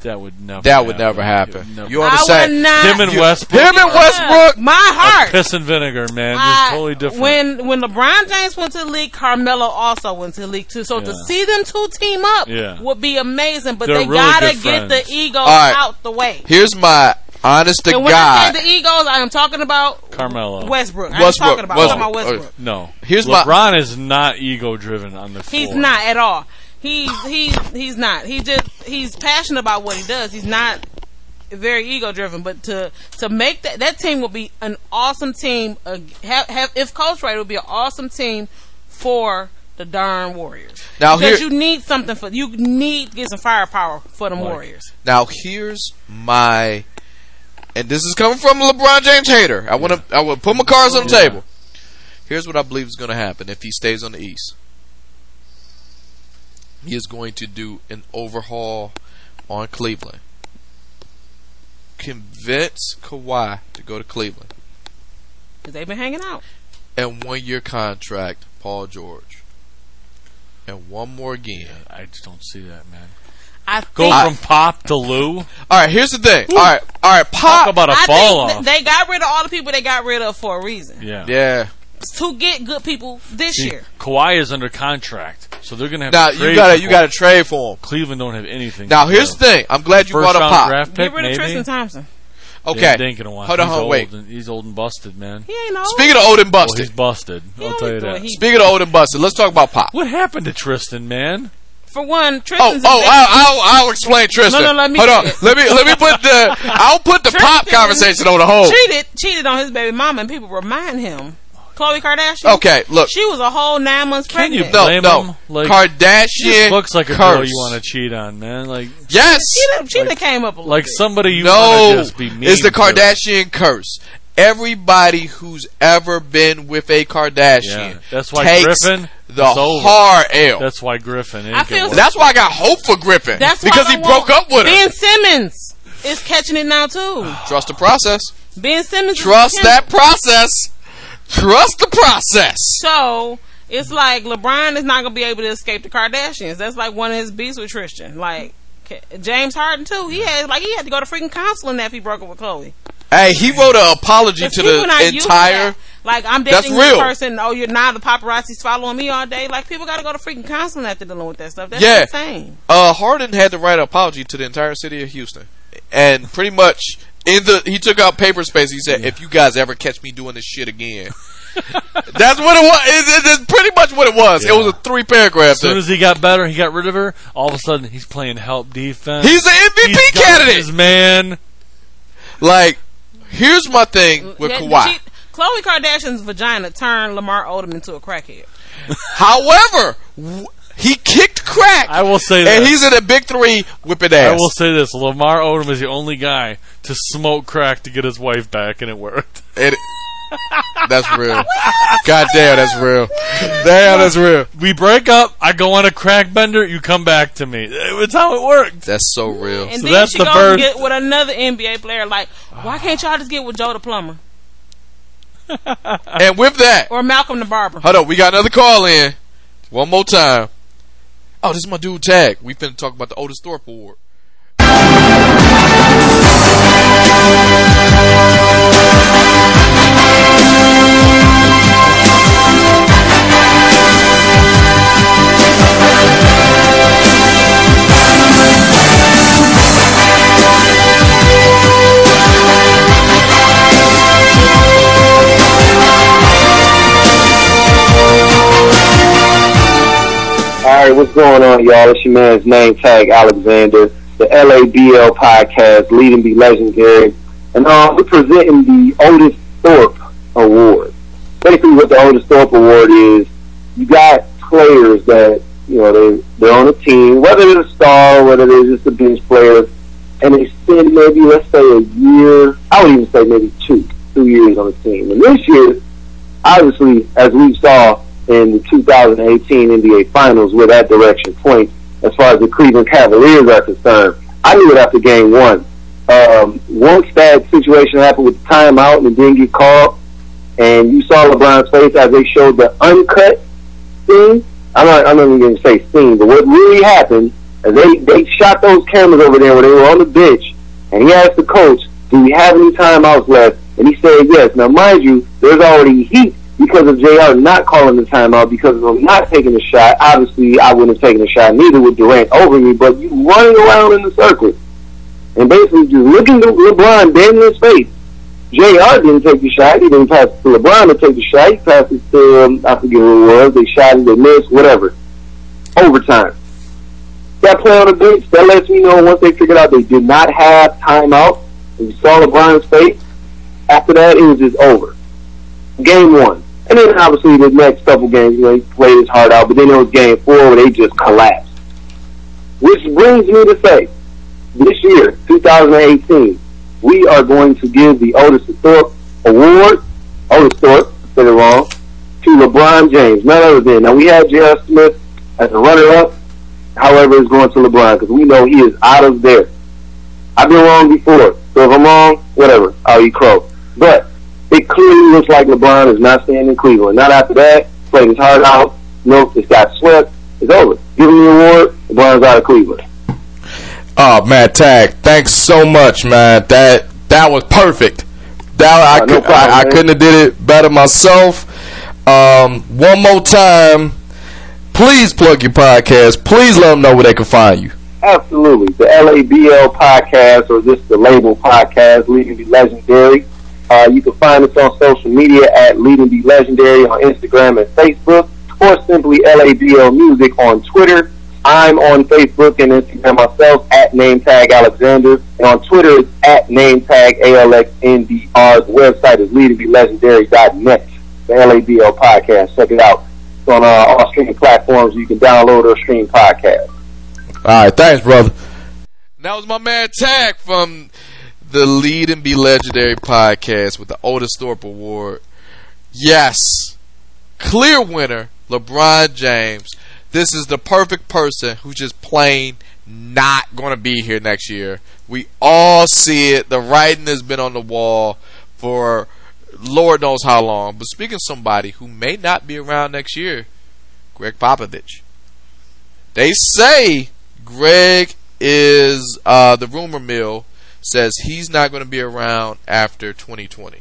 D: That would never.
A: That would never
D: happen.
A: happen.
D: It would
A: You
D: never-
E: I
A: understand?
E: would not.
D: him and
A: You-
D: Westbrook.
A: Him and Westbrook.
E: My
D: are
E: heart.
D: piss and vinegar, man.
E: I-
A: Uh,
D: Just totally different.
E: When when LeBron James went to the league, Carmelo also went to the league too. So to
D: Yeah.
E: see them two team up
D: Yeah.
E: would be amazing. But
D: They're
E: they
D: really
E: gotta
D: good
E: get the
D: friends.
E: ego
A: right.
E: out the way.
A: Here's my honest to
E: and when I
A: God.
E: say the egos, I am talking about
D: Carmelo.
E: Westbrook. I'm
A: Westbrook,
E: talking about I'm talking about
A: Westbrook.
E: Westbrook.
D: no,
A: Here's my-
D: LeBron is not ego driven on the floor.
E: He's not at all. He's he's he's not. He just he's passionate about what he does. He's not very ego driven, but to to make that that team would be an awesome team. Uh, have, have, if Coach Wright would be an awesome team for the darn Warriors.
A: Now
E: because
A: here-
E: you need something for you need to get some firepower for them
D: Like-
E: Warriors.
A: Now here's my, and this is coming from a LeBron James hater. I want to I would put my cards on the
D: Yeah.
A: table. Here's what I believe is going to happen if he stays on the East. He is going to do an overhaul on Cleveland. Convince Kawhi to go to Cleveland
E: Because they've been hanging out.
A: and one year contract Paul George. And one more again.
D: I just don't see that, man.
E: I
D: Go
E: think,
D: from Pop to Lou.
A: All right, here's the thing. All right, all right,
D: Talk
A: Pop.
D: about a
E: I
D: fall
E: think
D: off.
E: th- they got rid of all the people they got rid of for a reason.
D: yeah.
A: Yeah.
E: To get good people this
D: See,
E: year.
D: Kawhi is under contract, so they're gonna have.
A: Now
D: to trade
A: you gotta
D: for
A: you gotta trade for him.
D: Cleveland don't have anything.
A: Now
D: to
A: here's
D: give.
A: the thing. I'm glad you
D: first
A: brought up
D: round
A: Pop.
D: draft pick,
E: Get rid
D: maybe.
E: of Tristan Thompson.
A: Okay.
D: They ain't gonna want.
A: Hold on,
D: he's
A: hold on,
D: old
A: wait.
D: and- he's old and busted, man.
E: He ain't old.
A: Speaking of old and
D: Well, he's
A: busted.
D: busted.
E: He
D: I'll
E: only
D: tell you
E: doing-
D: that.
E: he-
A: Speaking of old and busted, let's talk about Pop.
D: What happened to Tristan, man?
E: for one,
A: Oh,
E: Tristan's
A: oh,
E: a-
A: I'll, I'll, I'll explain Tristan.
E: No, no, let me
A: Hold on.
E: do it.
A: Let me let me put the I'll put the pop
E: Tristan-
A: conversation on the hold.
E: cheated cheated on his baby mama, and people remind him. Khloe Kardashian.
A: Okay, look.
E: She was a whole nine months
D: Can you
E: pregnant.
A: No,
D: blame
A: no.
D: him? Like, She
A: Kardashian
D: just looks like a
A: curse.
D: girl you want to cheat on, man. Like,
A: Yes.
E: she done, she done came up a little
D: like
E: bit.
D: somebody you want
A: No.
D: to just be mean.
A: It's the
D: to.
A: Kardashian curse. Everybody who's ever been with a Kardashian
D: Yeah, that's why
A: takes
D: Griffin
A: the
D: is over.
A: hard L. That's,
D: That's why Griffin. ain't
E: I
D: gonna
E: feel-
D: work.
A: why I got hope for Griffin.
E: That's why
A: because
E: I
A: he
E: don't
A: broke
E: want-
A: up with her.
E: Ben Simmons is catching it now too.
A: Trust the process.
E: Ben Simmons. is
A: Trust
E: catching-
A: that process. Trust the process.
E: So it's like LeBron is not gonna be able to escape the Kardashians. That's like one of his beats with Tristan. Like K- James Harden too. He had like he had to go to freaking counseling after he broke up with Chloe.
A: Hey, he wrote an apology
E: If
A: to
E: people not
A: the
E: used to
A: entire.
E: that, like I'm
A: That's
E: dating this
A: real.
E: person. Oh, you're not the paparazzi's following me all day. Like people got to go to freaking counseling after dealing with that stuff. That's
A: Yeah.
E: insane.
A: Uh, Harden had to write an apology to the entire city of Houston, and pretty much in the he took out paper space. He said, "If you guys ever catch me doing this shit again." That's what it was. It- it- It's pretty much what it was. It was a three paragraph.
D: As soon
A: thing.
D: as he got better, he got rid of her. All of a sudden, he's playing help defense.
A: He's an MVP
D: uh, He's got
A: candidate.
D: his man.
A: Like, here's my thing with
E: Yeah,
A: Kawhi.
E: she- Khloe Kardashian's vagina turned Lamar Odom into a crackhead.
A: However, w- he kicked crack,
D: I will say that.
A: and he's in a big three whipping
D: I
A: ass.
D: will say this: Lamar Odom is the only guy to smoke crack to get his wife back, and it worked.
A: It, that's real. God damn, that's real. Damn, that's real.
D: We break up. I go on a crack bender. You come back to me. It's how it worked.
A: That's so real.
E: And
D: So
E: then
D: that's
E: she
D: the
E: goes
D: birth-
E: and get with another NBA player. Like, why can't y'all just get with Joe the plumber
A: And with that,
E: or Malcolm the barber?
A: hold up, we got another call in. One more time. Oh, this is my dude Tag. We finna talk about the Otis Thorpe Award.
G: All right, what's going on, y'all? It's your man's name tag Alexander, the LABL podcast, leading be legendary, and um, we're presenting the Otis Thorpe Award. Basically, what the Otis Thorpe Award is, you got players that you know they they're on a team, whether they're a star, whether they're just a bench player, and they spend maybe let's say a year, I would even say maybe two, two years on the team, and this year obviously, as we saw in the 2018 NBA Finals, where that direction points as far as the Cleveland Cavaliers are concerned. I knew it after game one. Um, once that situation happened with the timeout and it didn't get called, and you saw LeBron's face as they showed the uncut scene. I'm not, I'm not even going to say scene, but what really happened is they, they shot those cameras over there where they were on the bench, and he asked the coach, do we have any timeouts left? And he said yes. Now, mind you, there's already heat because of JR not calling the timeout, because of him not taking the shot. Obviously, I wouldn't have taken the shot, neither would Durant over me, but you running around in the circle and basically just looking to LeBron dead in his face. JR didn't take the shot. He didn't pass it to LeBron to take the shot. He passed it to, um, I forget who it was. They shot it, they missed, whatever. Overtime. That play on the bench, that lets me know once they figured out they did not have timeout, and you saw LeBron's face, after that, it was just over. Game one. And then obviously the next couple games, you know, he played his heart out. But then it was game four where they just collapsed. Which brings me to say, this year, 2018, we are going to give the Otis Thorpe Award, Otis Thorpe, I said it wrong, to LeBron James, none other than. Now, we had J.R. Smith as a runner-up. However, it's going to LeBron because we know he is out of there. I've been wrong before, so if I'm wrong, whatever, I'll eat crow. But it clearly looks like LeBron is not staying in Cleveland. Not after that, played his heart out. Nope, it's got swept. It's over. Give him the award. LeBron's out of Cleveland.
A: Oh man, Tag, thanks so much, man. That that was perfect. That I,
G: Uh, no
A: could,
G: problem,
A: I, I
G: man.
A: couldn't have did it better myself. Um, one more time, please plug your podcast. Please let them know where they can find you.
G: Absolutely. The LABL podcast, or just the label podcast, Leading Be Legendary. Uh, you can find us on social media at Leading Be Legendary on Instagram and Facebook, or simply LABL Music on Twitter. I'm on Facebook and Instagram myself at NameTag Alexander, and on Twitter it's at NameTag ALXNDR. The website is leadingbelegendary.net. The LABL podcast. Check it out. It's on uh, all streaming platforms. You can download or stream podcasts.
A: All right, thanks, brother. That was my man Tag from the Lead and Be Legendary podcast with the Otis Thorpe Award. Yes, clear winner, LeBron James. This is the perfect person who's just plain not going to be here next year. We all see it. The writing has been on the wall for Lord knows how long. But speaking of somebody who may not be around next year, Greg Popovich. They say Greg is uh, the rumor mill says he's not going to be around after 2020.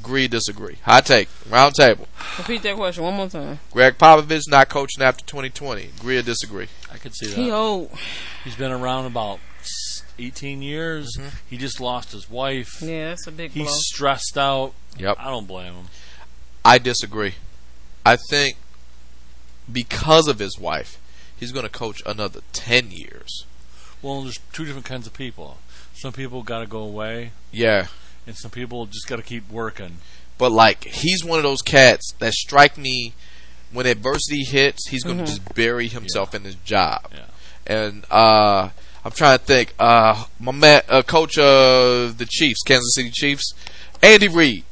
A: Agree, disagree. Hot take, round table.
E: Repeat that question one more time.
A: Greg Popovich not coaching after 2020. Agree or disagree?
D: I could see
E: He
D: that.
E: old.
D: He's been around about 18 years. He just lost his wife.
E: Mm-hmm. Yeah, that's a big
D: He's
E: blow.
D: stressed out.
A: Yep.
D: I don't blame him.
A: I disagree. I think because of his wife, he's going to coach another 10 years.
D: Well, there's two different kinds of people. Some people got to go away,
A: Yeah.
D: and some people just got to keep working.
A: But like he's one of those cats that strike me when adversity hits, he's gonna just bury himself in his job.
D: Mm-hmm. Yeah.
A: And uh, I'm trying to think. Uh, my man, uh, coach of the Chiefs, Kansas City Chiefs, Andy Reid,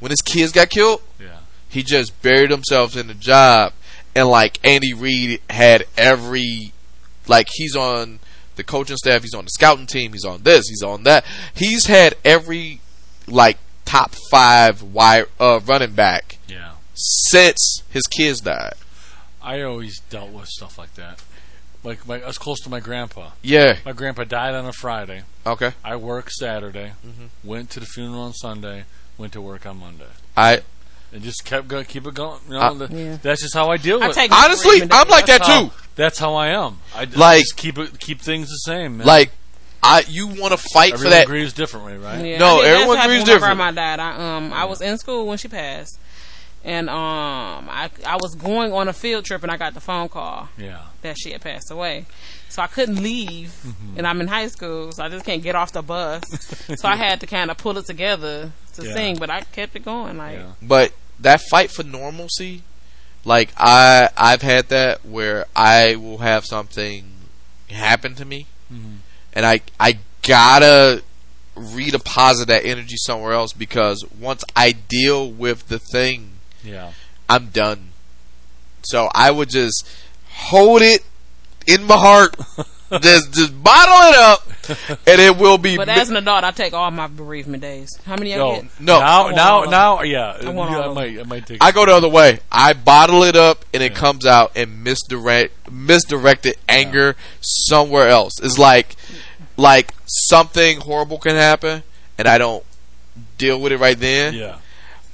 A: when his kids got killed,
D: Yeah.
A: he just buried himself in the job. And like Andy Reid had every, like he's on the coaching staff, he's on the scouting team, he's on this, he's on that. He's had every like top five wide uh, running back
D: Yeah.
A: since his kids died.
D: I always dealt with stuff like that. Like my, I was close to my grandpa.
A: Yeah.
D: My grandpa died on a Friday.
A: Okay.
D: I worked Saturday.
E: Mm-hmm.
A: Mhm.
D: Went to the funeral on Sunday. Went to work on Monday.
A: I
D: And just kept go, keep it going. You know,
A: I-
D: the-
E: Yeah.
D: that's just how I deal with.
E: I
D: it.
E: take
A: honestly,
E: Freeman.
A: I'm like that
D: That's
A: too.
D: how- That's how I am. I d-
A: Like-
D: just keep it, keep things the same. Man.
A: Like, I you want to fight
D: everyone
A: for that?
D: agrees differently, right?
E: Yeah,
A: No,
E: I mean, that's
A: everyone
E: what happened
A: agrees
E: when
A: different.
E: My grandma died. I um I was in school when she passed, and um I I was going on a field trip and I got the phone call
D: Yeah.
E: that she had passed away. So I couldn't leave,
H: Mm-hmm.
E: and I'm in high school, so I just can't get off the bus. so I had to kind of pull it together to
D: Yeah.
E: sing, but I kept it going. Like
D: Yeah.
A: But that fight for normalcy, like I I've had that where I will have something happen to me,
D: Mhm.
A: and I I gotta redeposit that energy somewhere else because once I deal with the thing,
D: Yeah.
A: I'm done. So I would just hold it in my heart, just just bottle it up, and it will be.
E: But as an adult, I take all my bereavement days. How many I
D: No,
E: get?
A: No.
D: Now,
E: I
D: now,
E: want
D: now, yeah. I,
E: want
D: yeah,
E: all
D: I
E: of
D: might, I might take.
A: I go the other way. I bottle it up and it
D: Yeah.
A: comes out in misdirect misdirected anger somewhere else. It's like like something horrible can happen and I don't deal with it right then.
D: yeah.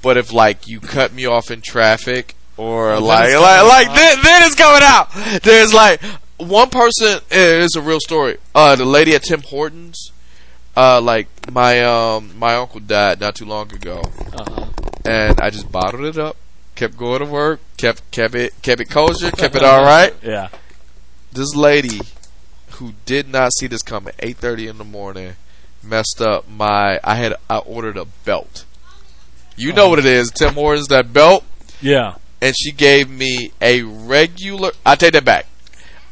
A: But if like you cut me off in traffic or
D: then
A: like
D: it's
A: like
D: coming
A: like
D: out.
A: then, then it's coming out. There's like one person eh, it's a real story. Uh the lady at Tim Hortons uh like my um my uncle died not too long ago
D: Uh-huh.
A: and I just bottled it up. Kept going to work. Kept kept it kept it kosher. Kept it all right.
D: Yeah.
A: This lady who did not see this coming, eight thirty in the morning, messed up my. I had I ordered a belt. You know what it is, Tim Hortons that belt.
D: Yeah.
H: and she gave me a regular. I take that back.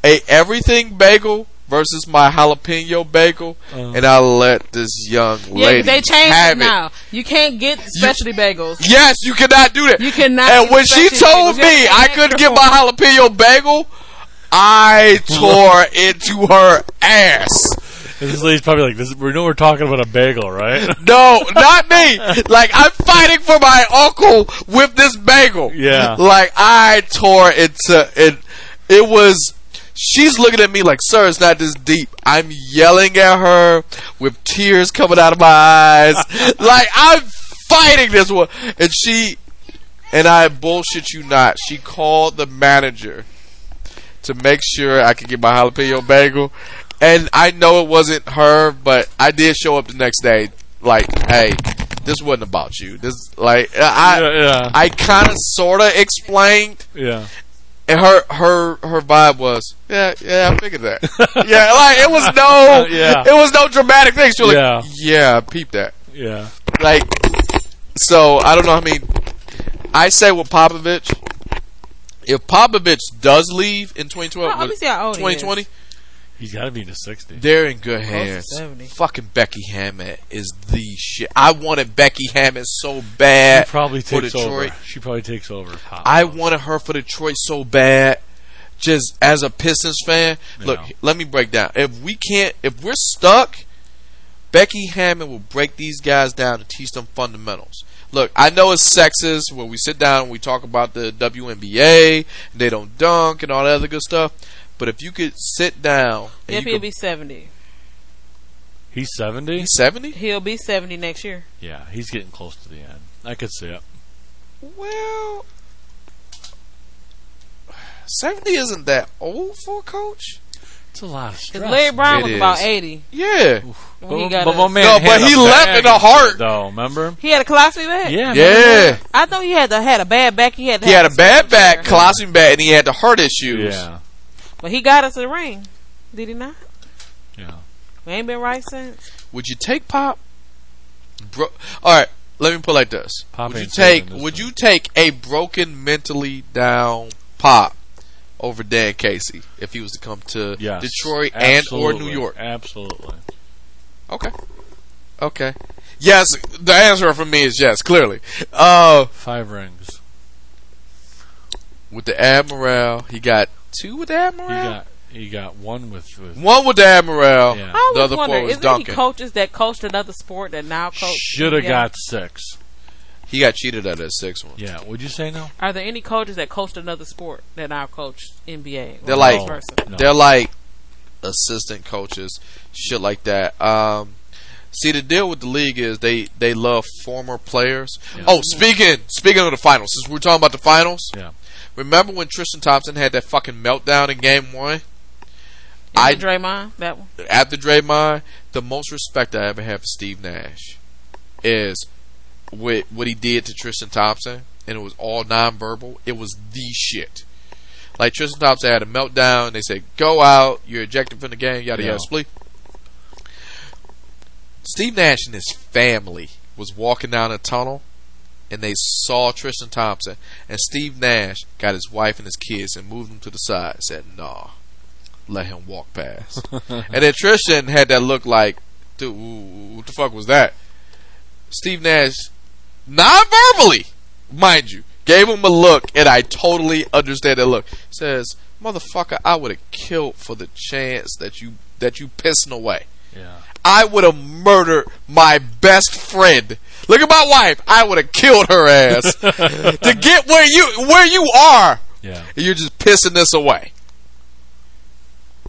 H: A everything bagel versus my jalapeno bagel,
D: Uh.
H: and I let this young
E: Yeah,
H: lady
E: 'cause they changed
H: have
E: it now. You can't get specialty bagels.
H: Yes, you cannot do that.
E: You cannot
H: And
E: get
H: when she
E: specialty
H: told
E: bagels.
H: me
E: You
H: I
E: can't
H: couldn't
E: get
H: get my jalapeno bagel, I tore into her ass.
D: And this lady's probably like, this, we know we're talking about a bagel, right?
H: No, not me. Like I'm fighting for my uncle with this bagel.
D: Yeah.
H: Like I tore into it. It was. She's looking at me like, sir, it's not this deep. I'm yelling at her with tears coming out of my eyes. like I'm fighting this one, and she, and I bullshit you not. She called the manager to make sure I could get my jalapeno bagel. And I know it wasn't her, but I did show up the next day. Like, eh, hey, this wasn't about you. This like I
D: yeah, yeah.
H: I kind of sorta explained.
D: yeah.
H: And her her her vibe was yeah yeah I figured that yeah like it was no
D: Uh, Yeah.
H: it was no dramatic thing. She was
D: Yeah.
H: like yeah I peeped that
D: Yeah.
H: like so I don't know. I mean, I say with Popovich, if Popovich does leave in 2012,
E: Well, let me see how old he is.
H: 2020,
D: He's got to be in his 60s.
H: they're in good
E: to
H: hands.
E: 70.
H: Fucking Becky Hammond is the shit. I wanted Becky Hammond so
D: She
H: bad.
D: probably
H: for
D: takes
H: Detroit.
D: over. She probably takes over. Pop.
H: I wanted her for Detroit so bad. Just as a Pistons fan, look,
D: Yeah.
H: let me break down. If we can't, if we're stuck, Becky Hammond will break these guys down and teach them fundamentals. Look, I know it's sexist where we sit down and we talk about the WNBA, they don't dunk and all that other good stuff. But if you could sit down,
E: Yep,
H: and you
E: he'll
H: could,
E: be seventy.
D: He's 70?
H: he's seventy.
E: He'll be seventy next year.
D: Yeah, he's getting close to the end. I could see it.
H: Well, 70 isn't that old for a coach.
D: It's a lot of stress.
E: Because Larry Brown
H: It
E: was
H: is.
E: about eighty.
H: Yeah.
E: When
D: But-
E: he, got
D: but my
E: a,
D: man
H: No,
D: had
H: but he left
D: bag
H: in a
D: and
H: heart.
D: shit, Though, remember?
E: he had a colostomy bag.
D: Yeah.
H: Yeah.
E: I thought he had the, had a bad back. He had to
H: He had
E: have
H: a bad back,
E: surgery.
H: colostomy back, and he had the heart
D: remember?
H: issues.
D: Yeah.
E: But he got us a ring. Did he not?
D: Yeah.
E: We ain't been right since.
H: Would you take Pop? Bro- All right, let me put it like this.
D: Pop
H: would you
D: ain't saving
H: take
D: this
H: Would
D: one.
H: you take a broken, mentally down Pop over Dan Casey if he was to come to
D: Yes.
H: Detroit and or
D: Absolutely.
H: New York?
D: Absolutely.
H: Okay. Okay. Yes, the answer for me is yes. Clearly, uh,
D: Five rings.
H: with the Admiral, he got two with the Admiral.
D: He got he got one with, with
H: One with the Admiral.
D: Yeah.
E: I
H: The
E: always
H: other
E: wonder,
H: four was
E: is there any
H: Duncan.
E: coaches that coached another sport that now coach?
D: should have
E: yeah.
D: got six.
H: He got cheated out of that sixth one.
D: Yeah. Would you say no?
E: Are there any coaches that coached another sport that now coached NBA? or
H: They're
E: vice
H: like-
E: versa?
D: No.
H: They're like assistant coaches, shit like that. Um, see, the deal with the league is they they love former players.
D: Yeah.
H: Oh, speaking speaking of the finals, since we're talking about the finals,
D: Yeah.
H: remember when Tristan Thompson had that fucking meltdown in Game One?
E: Is
H: I-
E: it Draymond that one.
H: after Draymond, the most respect I ever have for Steve Nash is with what he did to Tristan Thompson, and it was all nonverbal. It was the shit. Like Tristan Thompson had a meltdown. They said, "Go out. You're ejected from the game." Yada
D: Yeah.
H: yada. Split. Steve Nash and his family was walking down a tunnel, and they saw Tristan Thompson. And Steve Nash got his wife and his kids and moved them to the side. and Said, "Nah, let him walk past." And then Tristan had that look like, dude, wh- what the fuck was that? Steve Nash, non-verbally, mind you, gave him a look, and I totally understand that look. Says, motherfucker, I would have killed for the chance that you that you pissing away.
D: Yeah.
H: I would have murdered my best friend. Look at my wife. I would have killed her ass to get where you where you are
D: Yeah.
H: and you're just pissing this away.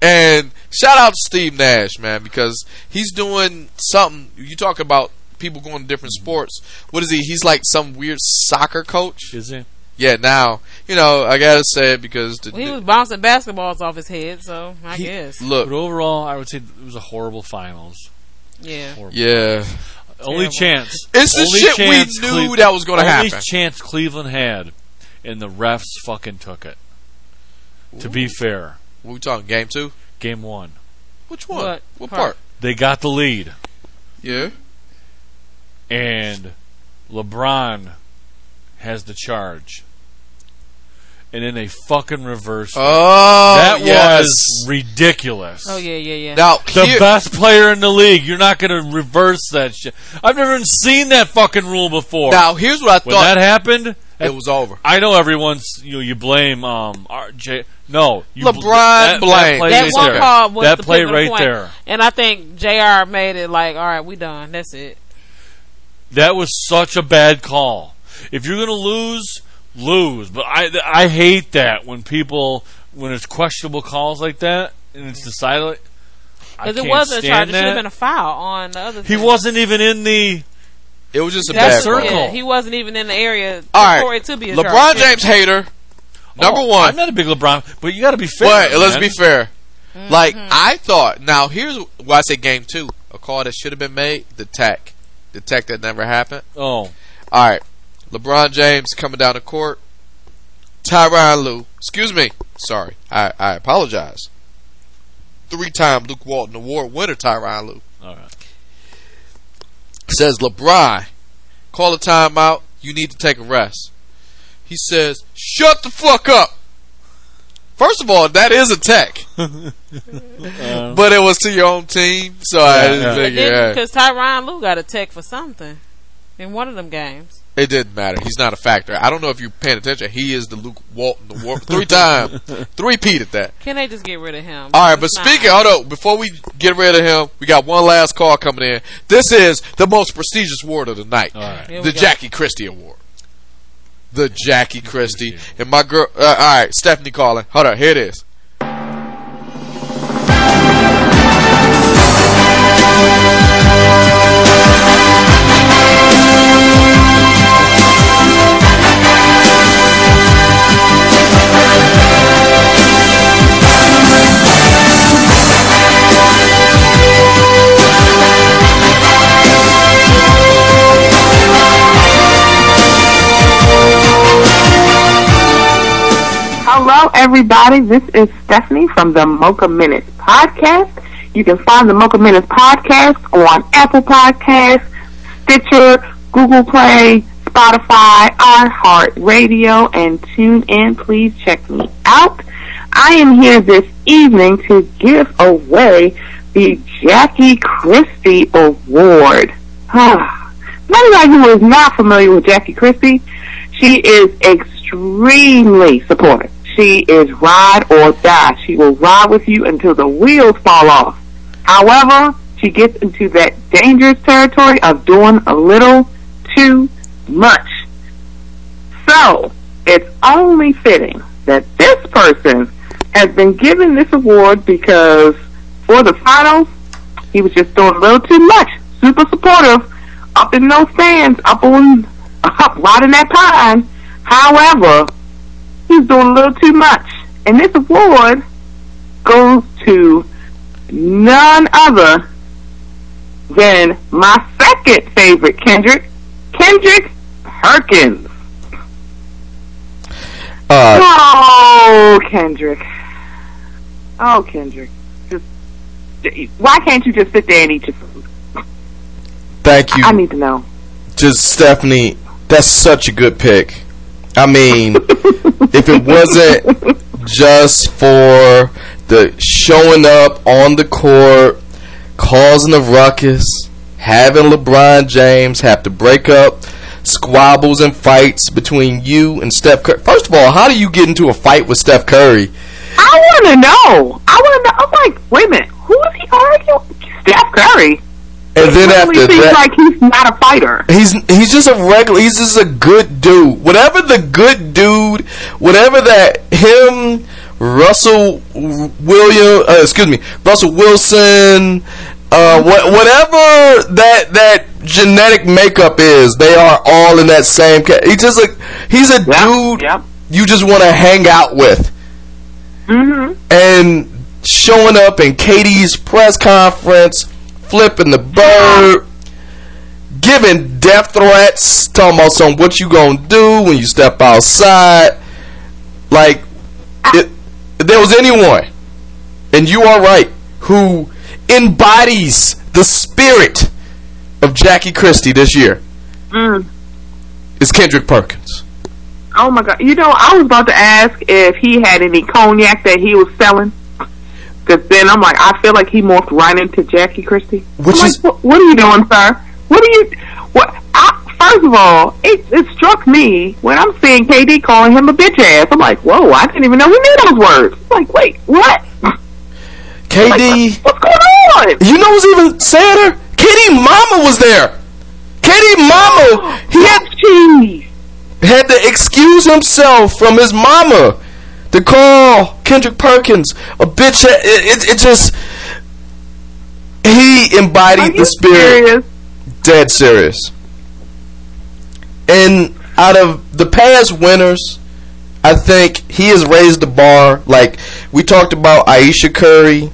H: And shout out to Steve Nash, man, because he's doing something. You talk about people going to different
D: Mm-hmm.
H: sports. What is he? He's like some weird soccer coach.
D: Is he?
H: Yeah, now you know I gotta say it because the,
E: Well, he was bouncing basketballs off his head, so I
H: he-
E: guess.
D: But
H: look,
D: overall, I would say it was a horrible finals.
E: Yeah.
D: Horrible.
H: yeah,
D: Only
E: Terrible.
D: chance.
H: it's the
D: only
H: shit we
D: chance
H: knew
D: Cle-
H: that was gonna
D: only
H: happen.
D: chance Cleveland had, and the refs fucking took it. To be fair,
H: What we talking game two?
D: game one,
H: Which one?
E: What
H: what part?
E: part?
D: they got the lead,
H: Yeah,
D: and LeBron has the charge, and then they fucking reversed. it.
A: Oh,
D: that
A: yes.
D: was ridiculous.
E: Oh yeah, yeah, yeah.
A: Now,
D: The
A: here-
D: best player in the league. You're not going to reverse that shit. I've never even seen that fucking rule before.
A: now here's what I
D: when
A: thought.
D: that happened,
A: it was over.
D: I know everyone's you know, you blame um RJ. No, you
A: LeBron
D: that,
A: blamed.
D: That play right
E: that one
D: there.
E: call was
D: that
E: the
D: play
E: pivotal
D: right
E: point.
D: there.
E: And I think Jr. made it like, all right, we done. That's it.
D: That was such a bad call. If you're gonna lose, lose. But I I hate that when people when it's questionable calls like that and it's decided. I
E: Because
D: can't
E: it wasn't a charge.
D: stand
E: It should have
D: that.
E: been a foul on the other.
D: he
E: team.
D: wasn't even in the.
A: It was just a
D: That
A: bad
E: That's
A: call.
D: circle.
E: Yeah, he wasn't even in the area
A: All right.
E: for it to be a
A: LeBron
E: charge.
A: James hater. Number
D: Oh,
A: one.
D: I'm not a big LeBron, but you got to be fair.
A: But let's
D: man.
A: be fair. Like I thought. Now here's why I say game two. A call that should have been made. The tack. The tack that never happened.
D: Oh,
A: All right. LeBron James coming down the court. Tyronn Lue. Excuse me. Sorry. I, I apologize. Three time Luke Walton Award winner Tyronn Lue.
D: all right.
A: says LeBron, call a timeout. You need to take a rest. He says, "Shut the fuck up." First of all, that is a tech,
D: Um,
A: but it was to your own team, so I
D: Yeah,
A: didn't
D: yeah.
A: think it, yeah,
E: Because Tyron Lue got a tech for something in one of them games.
A: it didn't matter. He's not a factor. I don't know if you're paying attention. He is the Luke Walton award three time, three peat at that.
E: Can they just get rid of him?
A: All right, but
E: It's not-
A: speaking, hold up. Before we get rid of him, we got one last call coming in. This is the most prestigious award of the night,
D: All right.
E: Here
A: the
E: we go.
A: Jackie Christie Award. The Jackie Christie and my girl. Uh, all right, Stephanie calling. Hold on, here it is.
I: Hello, everybody. This is Stephanie from the Mocha Minutes Podcast. You can find the Mocha Minutes Podcast on Apple Podcasts, Stitcher, Google Play, Spotify, iHeartRadio, and tune in. Please check me out. I am here this evening to give away the Jackie Christie Award. Ah, Many of you who is not familiar with Jackie Christie, she is extremely supportive. She is ride or die. She will ride with you until the wheels fall off. However, she gets into that dangerous territory of doing a little too much. So, it's only fitting that this person has been given this award because for the finals, he was just doing a little too much. Super supportive, up in those stands, up on, up right in that pine. However, he's doing a little too much, and this award goes to none other than my second favorite Kendrick, Kendrick Perkins. oh, Kendrick. Oh, Kendrick. Just why can't you just sit there and eat your food?
A: Thank
I: I need to know.
A: just Stephanie. That's such a good pick. I mean, if it wasn't just for the showing up on the court, causing a ruckus, having LeBron James have to break up squabbles and fights between you and Steph Curry. First of all, how do you get into a fight with Steph Curry?
I: I want to know. I want to know. I'm like, wait a minute. Who is he arguing? Steph Curry.
A: And then
I: It
A: after
I: really seems
A: that,
I: like he's not a fighter.
A: He's he's just a regular. He's just a good dude. Whatever the good dude, whatever that him, Russell William. Uh, excuse me, Russell Wilson. Uh, what whatever that that genetic makeup is, they are all in that same. Ca- he's just a he's a dude
I: yep.
A: you just want to hang out with.
I: Mm-hmm.
A: And showing up in Katie's press conference, flipping the bird, giving death threats, talking about some what you gonna do when you step outside. Like, it, if there was anyone, and you are right, who embodies the spirit of Jackie Christie this year,
I: Mm.
A: it's Kendrick Perkins.
I: Oh my god! You know, I was about to ask if he had any cognac that he was selling. Cause then I'm like, I feel like he morphed right into Jackie Christie.
A: Which
I: I'm like,
A: is-
I: "Wh- what are you doing, sir? What are you? What? I, first of all, it, it struck me when I'm seeing KD calling him a bitch ass. I'm like, whoa! I didn't even know he knew those words. like, wait, what?
A: KD,
I: What's going on?
A: you know what's even sadder? KD Mama was there. KD Mama, he had
I: Jeez.
A: had to excuse himself from his mama to call Kendrick Perkins a bitch. a- It, it, it just he
I: Are
A: embodied
I: you
A: the spirit,
I: serious?
A: dead serious. And out of the past winners, I think he has raised the bar. Like we talked about Aisha Curry,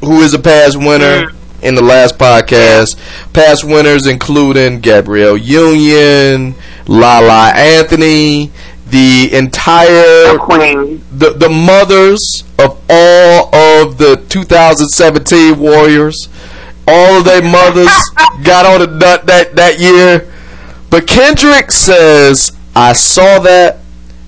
A: who is a past
I: Mm.
A: winner. In the last podcast, past winners including Gabrielle Union, Lala Anthony, the entire
I: The queen.
A: the the mothers of all of the 2017 Warriors. All of their mothers got on the nut that that year. But Kendrick says, "I saw that,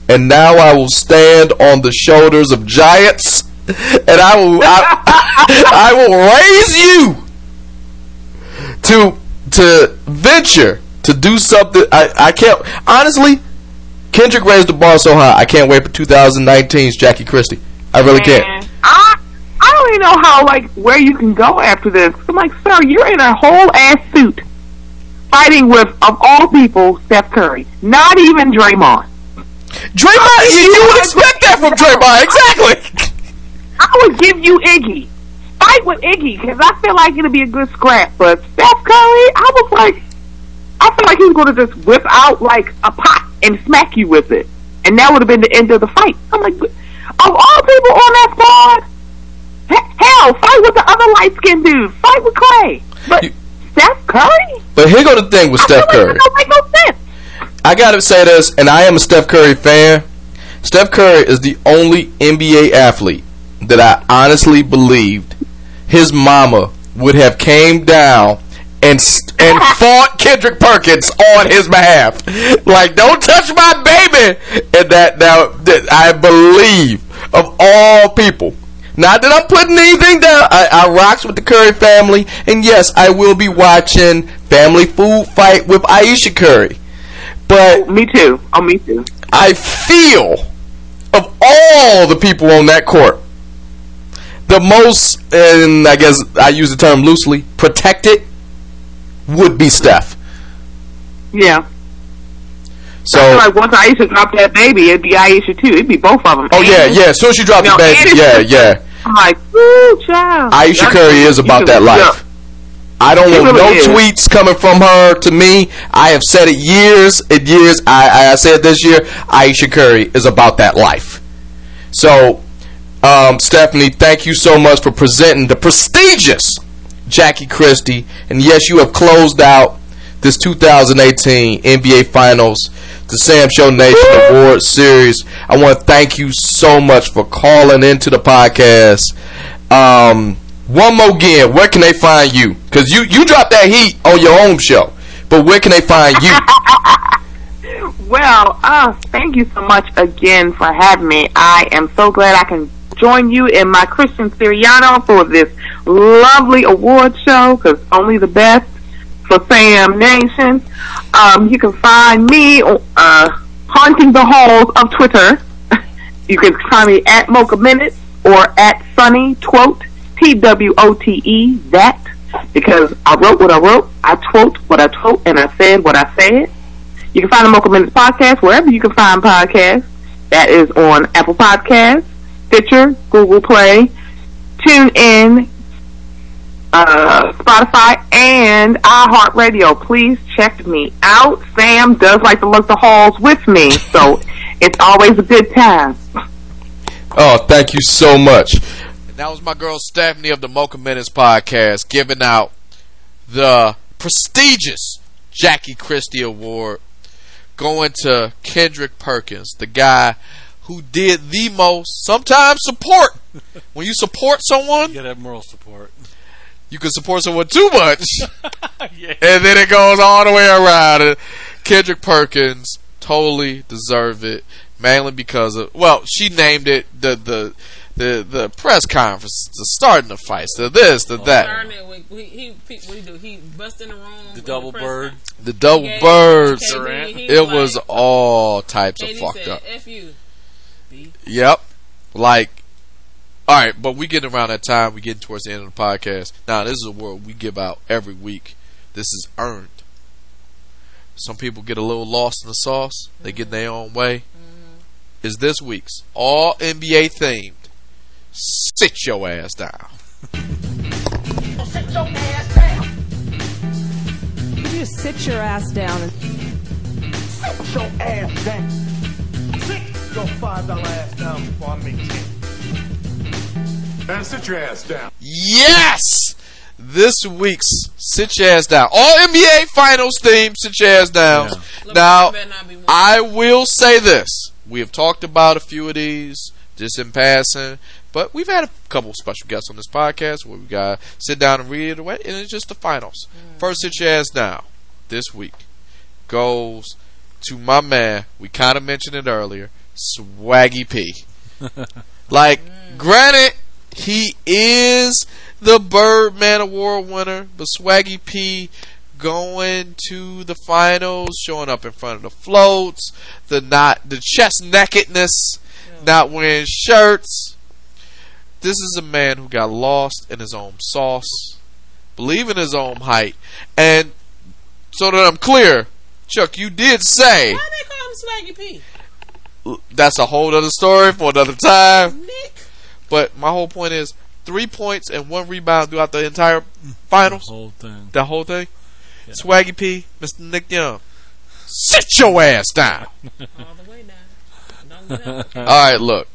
A: and now I will stand on the shoulders of giants, and I will I, I will raise you to to venture to do something. I I can't honestly." Kendrick raised the bar so high. I can't wait for 2019's Jackie Christie. I really can't.
I: I I don't even know how like where you can go after this. I'm like, sir, you're in a whole ass suit fighting with of all people Steph Curry, not even Draymond.
A: Draymond, you, you would expect that from Draymond, exactly.
I: I would give you Iggy. Fight with Iggy because I feel like it'll be a good scrap. But Steph Curry, I was like, I feel like he was going to just whip out like a pot and smack you with it, and that would have been the end of the fight. I'm like, of all people on that squad, he- hell, fight with the other light skinned dude, fight with Clay, but
A: You-
I: Steph Curry,
A: But here go the thing with Steph
I: I feel like
A: Curry.
I: that don't make no sense.
A: I gotta say this, and I am a Steph Curry fan. Steph Curry is the only NBA athlete that I honestly believed his mama would have came down and st- and fought Kendrick Perkins on his behalf. Like, don't touch my baby. And that now that I believe of all people. Not that I'm putting anything down. I, I rocks with the Curry family, and yes, I will be watching Family Food Fight with Aisha Curry. But
I: Me too. Oh, me too.
A: I feel of all the people on that court, the most, and I guess I use the term loosely, protected would be Steph.
I: Yeah.
A: So,
I: I feel like once Aisha dropped that baby, it'd be Aisha too. It'd be both of them.
A: oh yeah, yeah. As soon as she dropped
I: No,
A: the
I: and
A: baby,
I: it's
A: yeah,
I: just-
A: yeah.
I: I'm like, ooh, child.
A: Aisha
I: Y'all-
A: Curry is
I: you
A: about
I: can-
A: that life. I don't
I: It
A: want
I: really
A: no
I: is.
A: tweets coming from her to me. I have said it years and years. I, I said this year, Aisha Curry is about that life. So, um, Stephanie, thank you so much for presenting the prestigious Jackie Christie. And yes, you have closed out this 2018 NBA Finals, the Sam Show Nation Award Series. I want to thank you so much for calling into the podcast. Um, one more again, where can they find you? Because you, you dropped that heat on your own show. But where can they find you?
I: Yeah. Well, uh, thank you so much again for having me. I am so glad I can join you and my Christian Siriano for this lovely award show because only the best for Sam Nation. Um, you can find me uh, haunting the halls of Twitter. You can find me at Mocha Minutes or at Sunny Twote, T W O T E, that, because I wrote what I wrote, I twote what I twote, and I said what I said. You can find the Mocha Minutes podcast wherever you can find podcasts. That is on Apple Podcasts, Stitcher, Google Play, TuneIn, uh, Spotify, and iHeartRadio. Please check me out. Sam does like to look the halls with me, so it's always a good time.
A: Oh, thank you so much.
H: That was my girl Stephanie of the Mocha Minutes podcast giving out the prestigious Jackie Christie Award going to Kendrick Perkins, the guy who did the most, sometimes support. When you support someone,
D: You gotta have moral support.
H: you can support someone too much.
D: yeah.
H: and then it goes all the way around. Kendrick Perkins totally deserve it, mainly because of well, she named it the the the the press conference, the starting the fights, the this, the that,
E: Turn it when- he, he, he, what he do? He bust in the room.
D: The
E: with
D: double
E: press
D: bird.
E: conference.
H: the double
E: Yeah,
H: birds.
E: he was- he
H: It was
E: like-
H: all types of
E: and he
H: fucked
E: said,
H: up.
E: F you.
H: Yep. Like, all right, but we get around that time. We get towards the end of the podcast. Now, this is a word we give out every week. This is earned. Some people get a little lost in the sauce. They get in their own way. Is this week's all NBA themed? Sit your ass down.
J: You just sit your ass down and
H: Yes! This week's Sit Your Ass Down. All NBA Finals theme, Sit Your Ass Down. Now,
E: LeBron better not be one.
H: I will say this. We have talked about a few of these just in passing, but we've had a couple special guests on this podcast where we got sit down and read it away, and it's just the finals. First sit your ass down this week goes to my man, we kind of mentioned it earlier, Swaggy P. like, granted, he is the Birdman Award winner, but Swaggy P going to the finals, showing up in front of the floats, the not the chest nakedness, not wearing shirts. This is a man who got lost in his own sauce, believe in his own height, and so that I'm clear, Chuck, you did say
E: Why they call him Swaggy P?
H: that's a whole other story for another time.
E: Nick.
H: But my whole point is three points and one rebound throughout the entire finals,
D: whole thing.
H: the whole thing. Swaggy P, Mr. Nick Young, sit your ass down.
E: All the way down. Don't get up.
H: All right, look.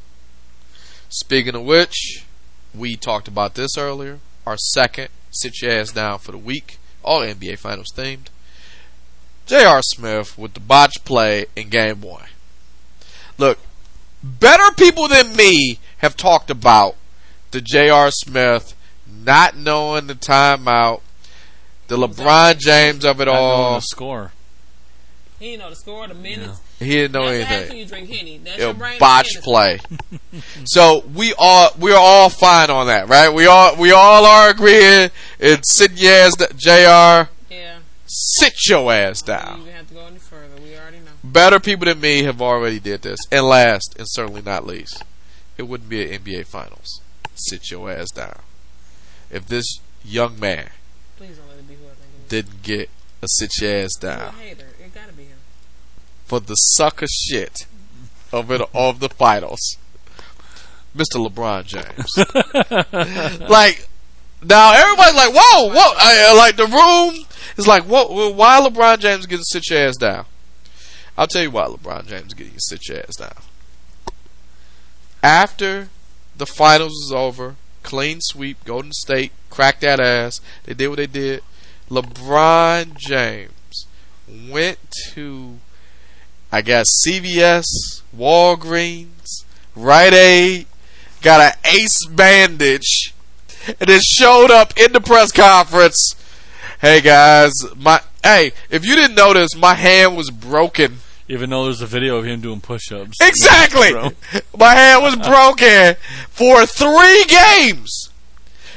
H: Speaking of which, we talked about this earlier. Our second sit your ass down for the week, all NBA Finals themed. J.R. Smith with the botch play in Game One. Look, better people than me have talked about the J.R. Smith not knowing the timeout, the LeBron James of it
D: Not knowing
H: all.
D: the score.
E: He didn't know the score, the minutes.
H: He didn't know
E: That's what
H: anything.
E: happens when you drink Henny. That's your
H: a
E: brain.
H: botch play. so we are we are all fine on that, right? We all we all are agreeing. It's sit your ass down. Jr.
E: Yeah.
H: Sit your ass
E: You
H: down.
E: even have to go any further. We already know.
H: Better people than me have already did this. And last, and certainly not least, it wouldn't be an NBA Finals. Sit your ass down. If this young man
E: Please don't let it be who I think it is.
H: didn't get a sit your ass
E: You a
H: down
E: hater. It gotta be him.
H: for the sucker shit of it of the finals, Mr. LeBron James. like now everybody's like, whoa, whoa, I, I- like the room is like, whoa, well, why LeBron James getting sit your ass down? I'll tell you why LeBron James getting sit your ass down. After the finals is over, clean sweep, Golden State cracked that ass. They did what they did. LeBron James went to, I guess, CVS, Walgreens, Rite Aid, got an ace bandage and then showed up in the press conference. Hey guys, my hey, if you didn't notice, my hand was broken.
D: Even though there's a video of him doing push-ups.
H: Exactly,
D: Bro.
H: my hand was broken for three games.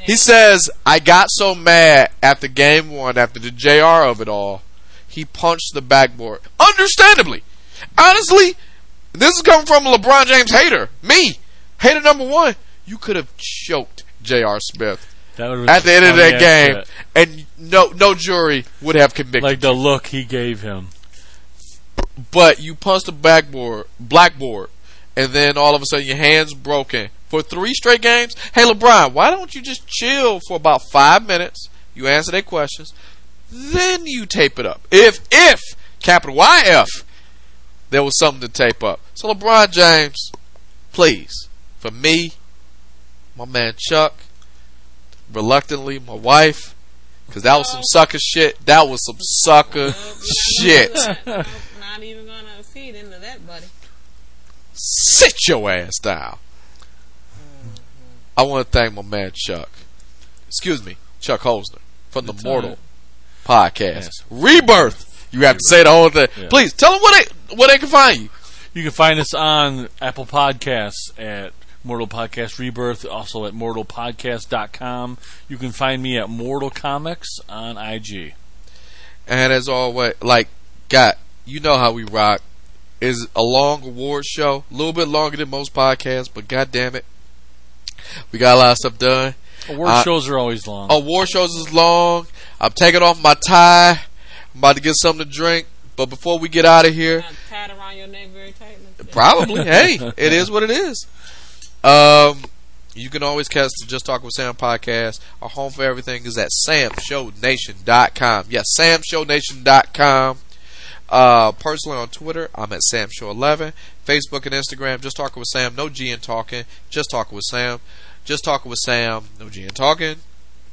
H: He says, I got so mad after game one, after the JR of it all, he punched the backboard. Understandably. Honestly, this is coming from a LeBron James hater. Me, hater number one. You could have choked J.R. Smith
D: That would've been
H: at the end of
D: funny
H: that
D: as
H: game,
D: shit.
H: and no no jury would have convicted.
D: Like the look he gave him.
H: but you punched the backboard, blackboard, and then all of a sudden your hands broken for three straight games. Hey LeBron, why don't you just chill for about five minutes? You answer their questions, then you tape it up. If if capital Y F, there was something to tape up. So LeBron James, please, for me, my man Chuck, reluctantly my wife. Cause that was some sucker shit. That was some sucker shit.
E: Nope, not even gonna feed into that, buddy.
H: sit your ass down. I want to thank my man Chuck. Excuse me, Chuck Hosner from the
D: It's
H: Mortal
D: all
H: Podcast. Rebirth. You have to say the whole thing.
D: Yeah.
H: Please tell them what it. where they can find you.
D: You can find us on Apple Podcasts at Mortal Podcast Rebirth, also at mortalpodcast.com. You can find me at Mortal Comics on IG.
H: And as always, like, God, you know how we rock. Is a long award show, a little bit longer than most podcasts, but God damn it, we got a lot of stuff done.
D: Award
H: Uh,
D: shows are always long.
H: Award shows is long. I'm taking off my tie. I'm about to get something to drink. But before we get out of here,
E: Tied around your neck very tightly.
H: Probably. hey, it is what it is. Um, you can always catch the Just Talk with Sam podcast. Our home for everything is at samshownation.com. Yes, samshownation.com. Uh, personally on Twitter, I'm at samshow11. Facebook and Instagram, Just Talking with Sam. No G in talking. Just Talking with Sam. Just Talking with Sam. No G in talking.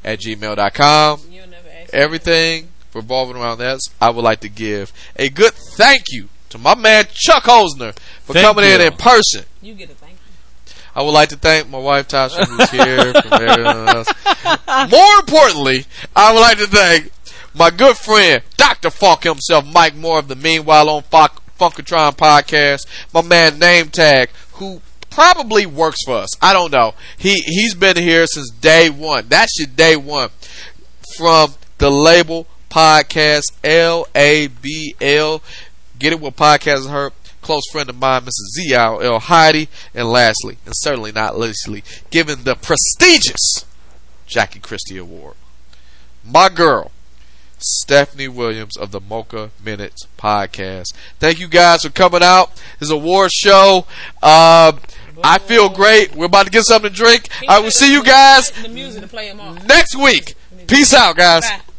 H: At gmail.com
E: You'll never ask.
H: everything revolving around that, I would like to give a good thank you to my man Chuck Hosner for
D: Thank
H: coming in
D: you.
H: in person.
E: You get a thank you.
H: I would like to thank my wife Tasha who's here. from everyone else. More importantly, I would like to thank my good friend Dr. Funk himself, Mike Moore of the Meanwhile on Funk- Funkatron podcast. My man Name Tag, who probably works for us. I don't know. He he's been here since day one. That shit day one from the label podcast L A B L. Get it with podcast is her close friend of mine, Mrs. Z L L Heidi, and lastly, and certainly not leastly, given the prestigious Jackie Christie Award. My girl, Stephanie Williams of the Mocha Minutes podcast. Thank you guys for coming out. This is a war show. Uh, I feel great. We're about to get something to drink. I will see you guys
E: The music to play them off.
H: next week. Peace out, guys.
E: Bye.